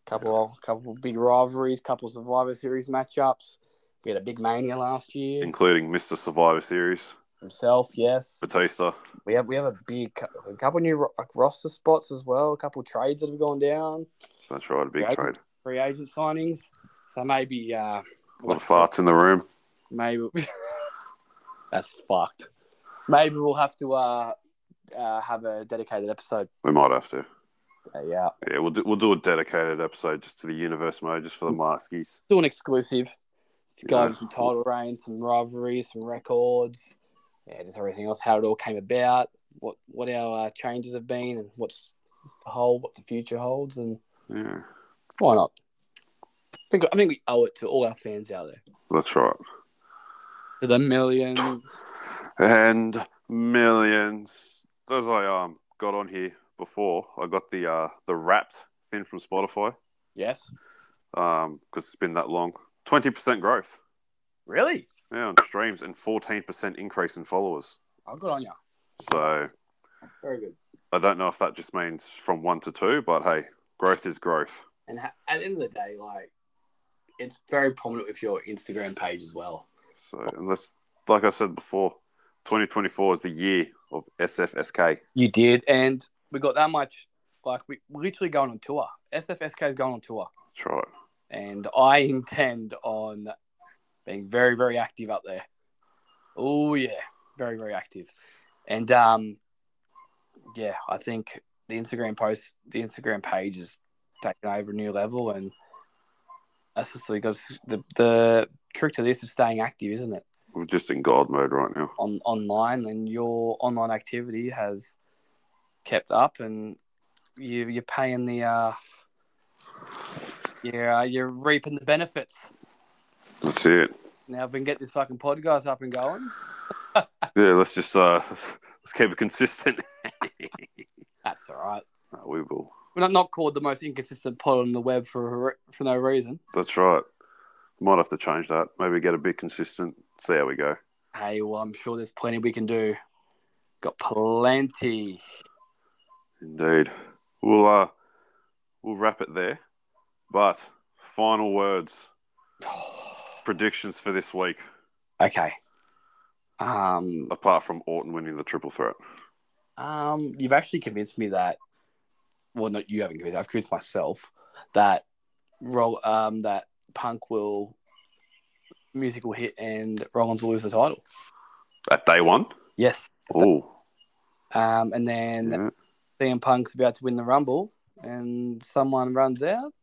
Speaker 2: Couple, couple big rivalries. Couple Survivor Series matchups. We had a big mania last year.
Speaker 1: Including Mr. Survivor Series,
Speaker 2: Himself, yes.
Speaker 1: Batista.
Speaker 2: We have we have a big cou- a couple new ro- like, roster spots as well. A couple trades that have gone down.
Speaker 1: That's right, a big
Speaker 2: Yeah.
Speaker 1: trade.
Speaker 2: Free agent signings. So maybe uh,
Speaker 1: A lot of farts in the room.
Speaker 2: maybe that's fucked. Maybe we'll have to uh, uh, have a dedicated episode.
Speaker 1: We might have to.
Speaker 2: day out.
Speaker 1: Yeah, we'll do, we'll do a dedicated episode just to the universe mode, just for the Marskies.
Speaker 2: Do an exclusive. Just go
Speaker 1: Yeah.
Speaker 2: over some title reigns, some rivalries, some records, yeah, just everything else. How it all came about, what what our uh, changes have been, and what's the whole, what the future holds, and
Speaker 1: Yeah,
Speaker 2: why not? I think I think we owe it to all our fans out there,
Speaker 1: that's right.
Speaker 2: to the million.
Speaker 1: And millions. As I um got on here before, I got the uh the wrapped thing from Spotify.
Speaker 2: yes,
Speaker 1: Um, because it's been that long. Twenty percent growth.
Speaker 2: really.
Speaker 1: Yeah, on streams and fourteen percent increase in followers.
Speaker 2: Oh, good on you.
Speaker 1: So
Speaker 2: Very good.
Speaker 1: I don't know if that just means from one to two, but hey, growth is growth.
Speaker 2: And ha- at the end of the day, like it's very prominent with your Instagram page as well.
Speaker 1: So unless, like I said before, twenty twenty four is the year of SFSK.
Speaker 2: You did, and we got that much. Like we we're literally going on tour. SFSK is going on tour,
Speaker 1: That's right.
Speaker 2: and I intend on being very very active up there. Oh yeah, very very active, and um, yeah, I think the Instagram post, the Instagram page is taking over a new level, and that's just because the the trick to this is staying active, isn't it?
Speaker 1: We're just in God mode right now.
Speaker 2: on online, then your online activity has kept up, and you you're paying the uh, you're uh, you're reaping the benefits.
Speaker 1: That's it.
Speaker 2: Now if we can get this fucking podcast up and going.
Speaker 1: Yeah, let's just uh, let's keep it consistent.
Speaker 2: That's all right.
Speaker 1: No, Uh, we will.
Speaker 2: We're not, not called the most inconsistent pod on the web for for no reason.
Speaker 1: That's right. Might have to change that. Maybe get a bit consistent. See how we go.
Speaker 2: Hey, well, I'm sure there's plenty we can do. Got plenty.
Speaker 1: Indeed. We'll uh, we'll wrap it there. But final words, predictions for this week.
Speaker 2: okay. Um,
Speaker 1: Apart from Orton winning the triple threat.
Speaker 2: Um, you've actually convinced me that. Well, not you haven't convinced. I've convinced myself that roll um that Punk will music will hit and Rollins will lose the title.
Speaker 1: At day one.
Speaker 2: Yes.
Speaker 1: Oh,
Speaker 2: Um, and then
Speaker 1: yeah.
Speaker 2: CM Punk's about to win the Rumble, and someone runs out,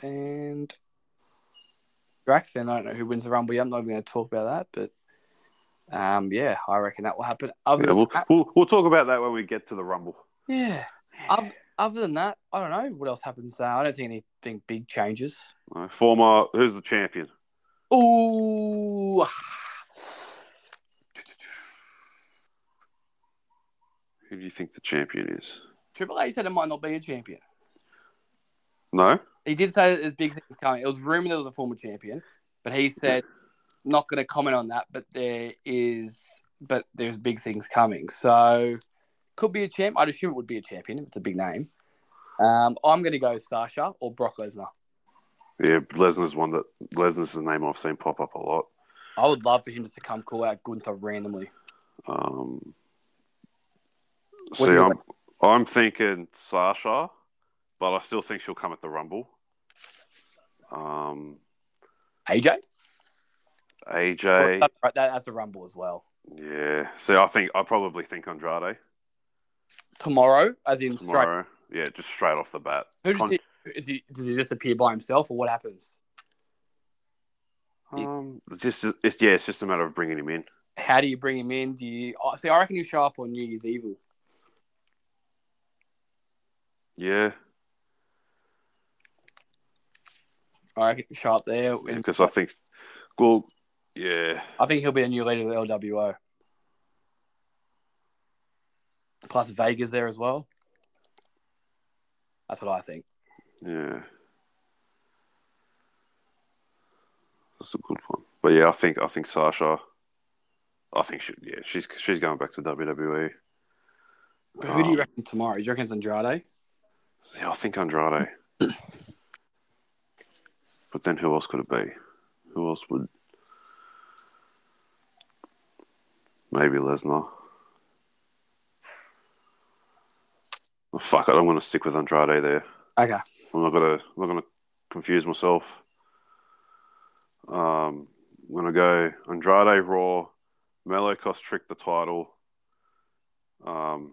Speaker 2: and Drax. And I don't know who wins the Rumble. yet. I'm not even going to talk about that, but um, yeah, I reckon that will happen. Other
Speaker 1: Yeah,
Speaker 2: than
Speaker 1: we'll,
Speaker 2: that-
Speaker 1: we'll we'll talk about that when we get to the rumble.
Speaker 2: yeah. Other, other than that, I don't know what else happens there. I don't think anything big changes.
Speaker 1: Uh, former who's the champion?
Speaker 2: Ooh.
Speaker 1: Who do you think the champion is?
Speaker 2: Triple H said it might not be a champion.
Speaker 1: No.
Speaker 2: He did say that there's big things coming. It was rumored there was a former champion, but he said not going to comment on that. But there is, but there's big things coming. So could be a champ. I'd assume it would be a champion. if It's a big name. Um, I'm going to go Sasha or Brock Lesnar.
Speaker 1: Yeah, Lesnar's one that Lesnar's the name I've seen pop up a lot.
Speaker 2: I would love for him just to come call out Gunther randomly.
Speaker 1: Um,
Speaker 2: What
Speaker 1: see,
Speaker 2: do you
Speaker 1: I'm I'm thinking Sasha, but I still think she'll come at the Rumble. Um,
Speaker 2: AJ.
Speaker 1: AJ,
Speaker 2: That- that- that's a rumble as well.
Speaker 1: yeah. See, I think I probably think Andrade
Speaker 2: Tomorrow, as in straight.
Speaker 1: tomorrow. Yeah, just straight off the bat.
Speaker 2: Who does
Speaker 1: Con-
Speaker 2: he, is he? Does he just appear by himself, or what happens?
Speaker 1: um, just it's yeah, it's just a matter of bringing him in.
Speaker 2: How do you bring him in? Do you oh, see? I reckon you show up on New Year's Evil.
Speaker 1: Yeah,
Speaker 2: I reckon you show up there. and-
Speaker 1: because I think, well, yeah,
Speaker 2: I think he'll be a new leader of the LWO. Plus Vegas there as well. That's what I think.
Speaker 1: yeah. That's a good one. But yeah, I think I think Sasha. I think she, yeah, she's she's going back to E. WWE.
Speaker 2: Who do you
Speaker 1: Um,
Speaker 2: reckon tomorrow? Do you reckon it's Andrade?
Speaker 1: See, I think Andrade. but then who else could it be? Who else would? Maybe Lesnar. Oh, fuck it, I'm gonna stick with Andrade there.
Speaker 2: Okay.
Speaker 1: I'm not gonna I'm not gonna confuse myself. Um, I'm gonna go Andrade Raw, Melo cost trick the title. Um,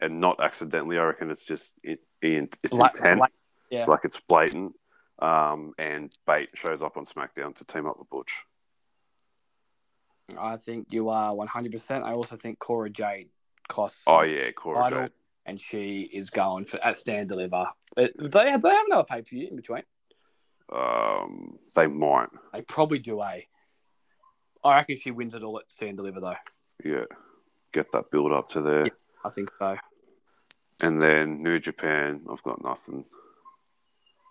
Speaker 1: and not accidentally. I reckon it's just it, it it's
Speaker 2: Like-
Speaker 1: intent,
Speaker 2: like- yeah.
Speaker 1: like it's blatant. Um, and Bate shows up on SmackDown to team up with Butch.
Speaker 2: I think you are 100%. I also think Cora Jade costs.
Speaker 1: Oh yeah, Cora
Speaker 2: Title.
Speaker 1: Jade.
Speaker 2: And she is going for at Stand Deliver. Uh, Do they, do they have another pay per view in between?
Speaker 1: Um, they might.
Speaker 2: They probably do a. I reckon she wins it all at Stand Deliver though.
Speaker 1: Yeah, get that build up to there,
Speaker 2: Yeah. I think so.
Speaker 1: and then New Japan. I've got nothing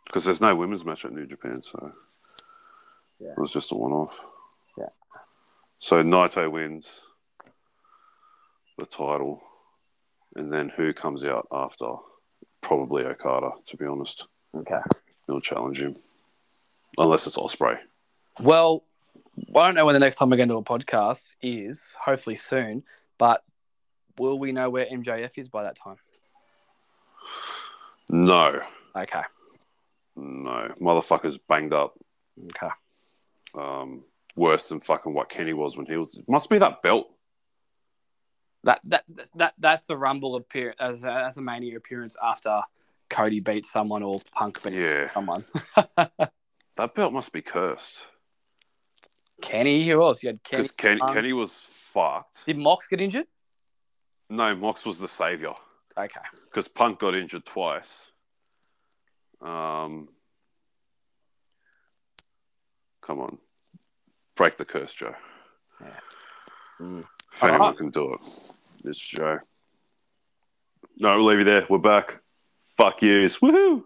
Speaker 1: because there's no women's match at New Japan, so
Speaker 2: Yeah.
Speaker 1: it was just a one off.
Speaker 2: Yeah.
Speaker 1: So Naito wins the title, and then who comes out after? Probably Okada, to be honest.
Speaker 2: Okay.
Speaker 1: He'll challenge him, unless it's Osprey.
Speaker 2: Well, I don't know when the next time we're going to do a podcast is. Hopefully soon, but will we know where MJF is by that time?
Speaker 1: No,
Speaker 2: Okay.
Speaker 1: no, motherfucker's banged up.
Speaker 2: Okay.
Speaker 1: um, worse than fucking what Kenny was when he was. It must be that belt.
Speaker 2: That that that that's a Rumble appear as a, as a Mania appearance after Cody beats someone or Punk beats
Speaker 1: Yeah,
Speaker 2: someone.
Speaker 1: that belt must be cursed
Speaker 2: Kenny, who else? You had Kenny.
Speaker 1: because Kenny,
Speaker 2: um,
Speaker 1: Kenny was fucked.
Speaker 2: Did Mox get injured?
Speaker 1: No, Mox was the savior
Speaker 2: Okay.
Speaker 1: because Punk got injured twice. Um, come on, break the curse, Joe.
Speaker 2: Yeah.
Speaker 1: Family
Speaker 2: Mm.
Speaker 1: If anyone
Speaker 2: Alright.
Speaker 1: can do it, it's Joe. No, we'll leave you there. We're back. Fuck yous. Woohoo!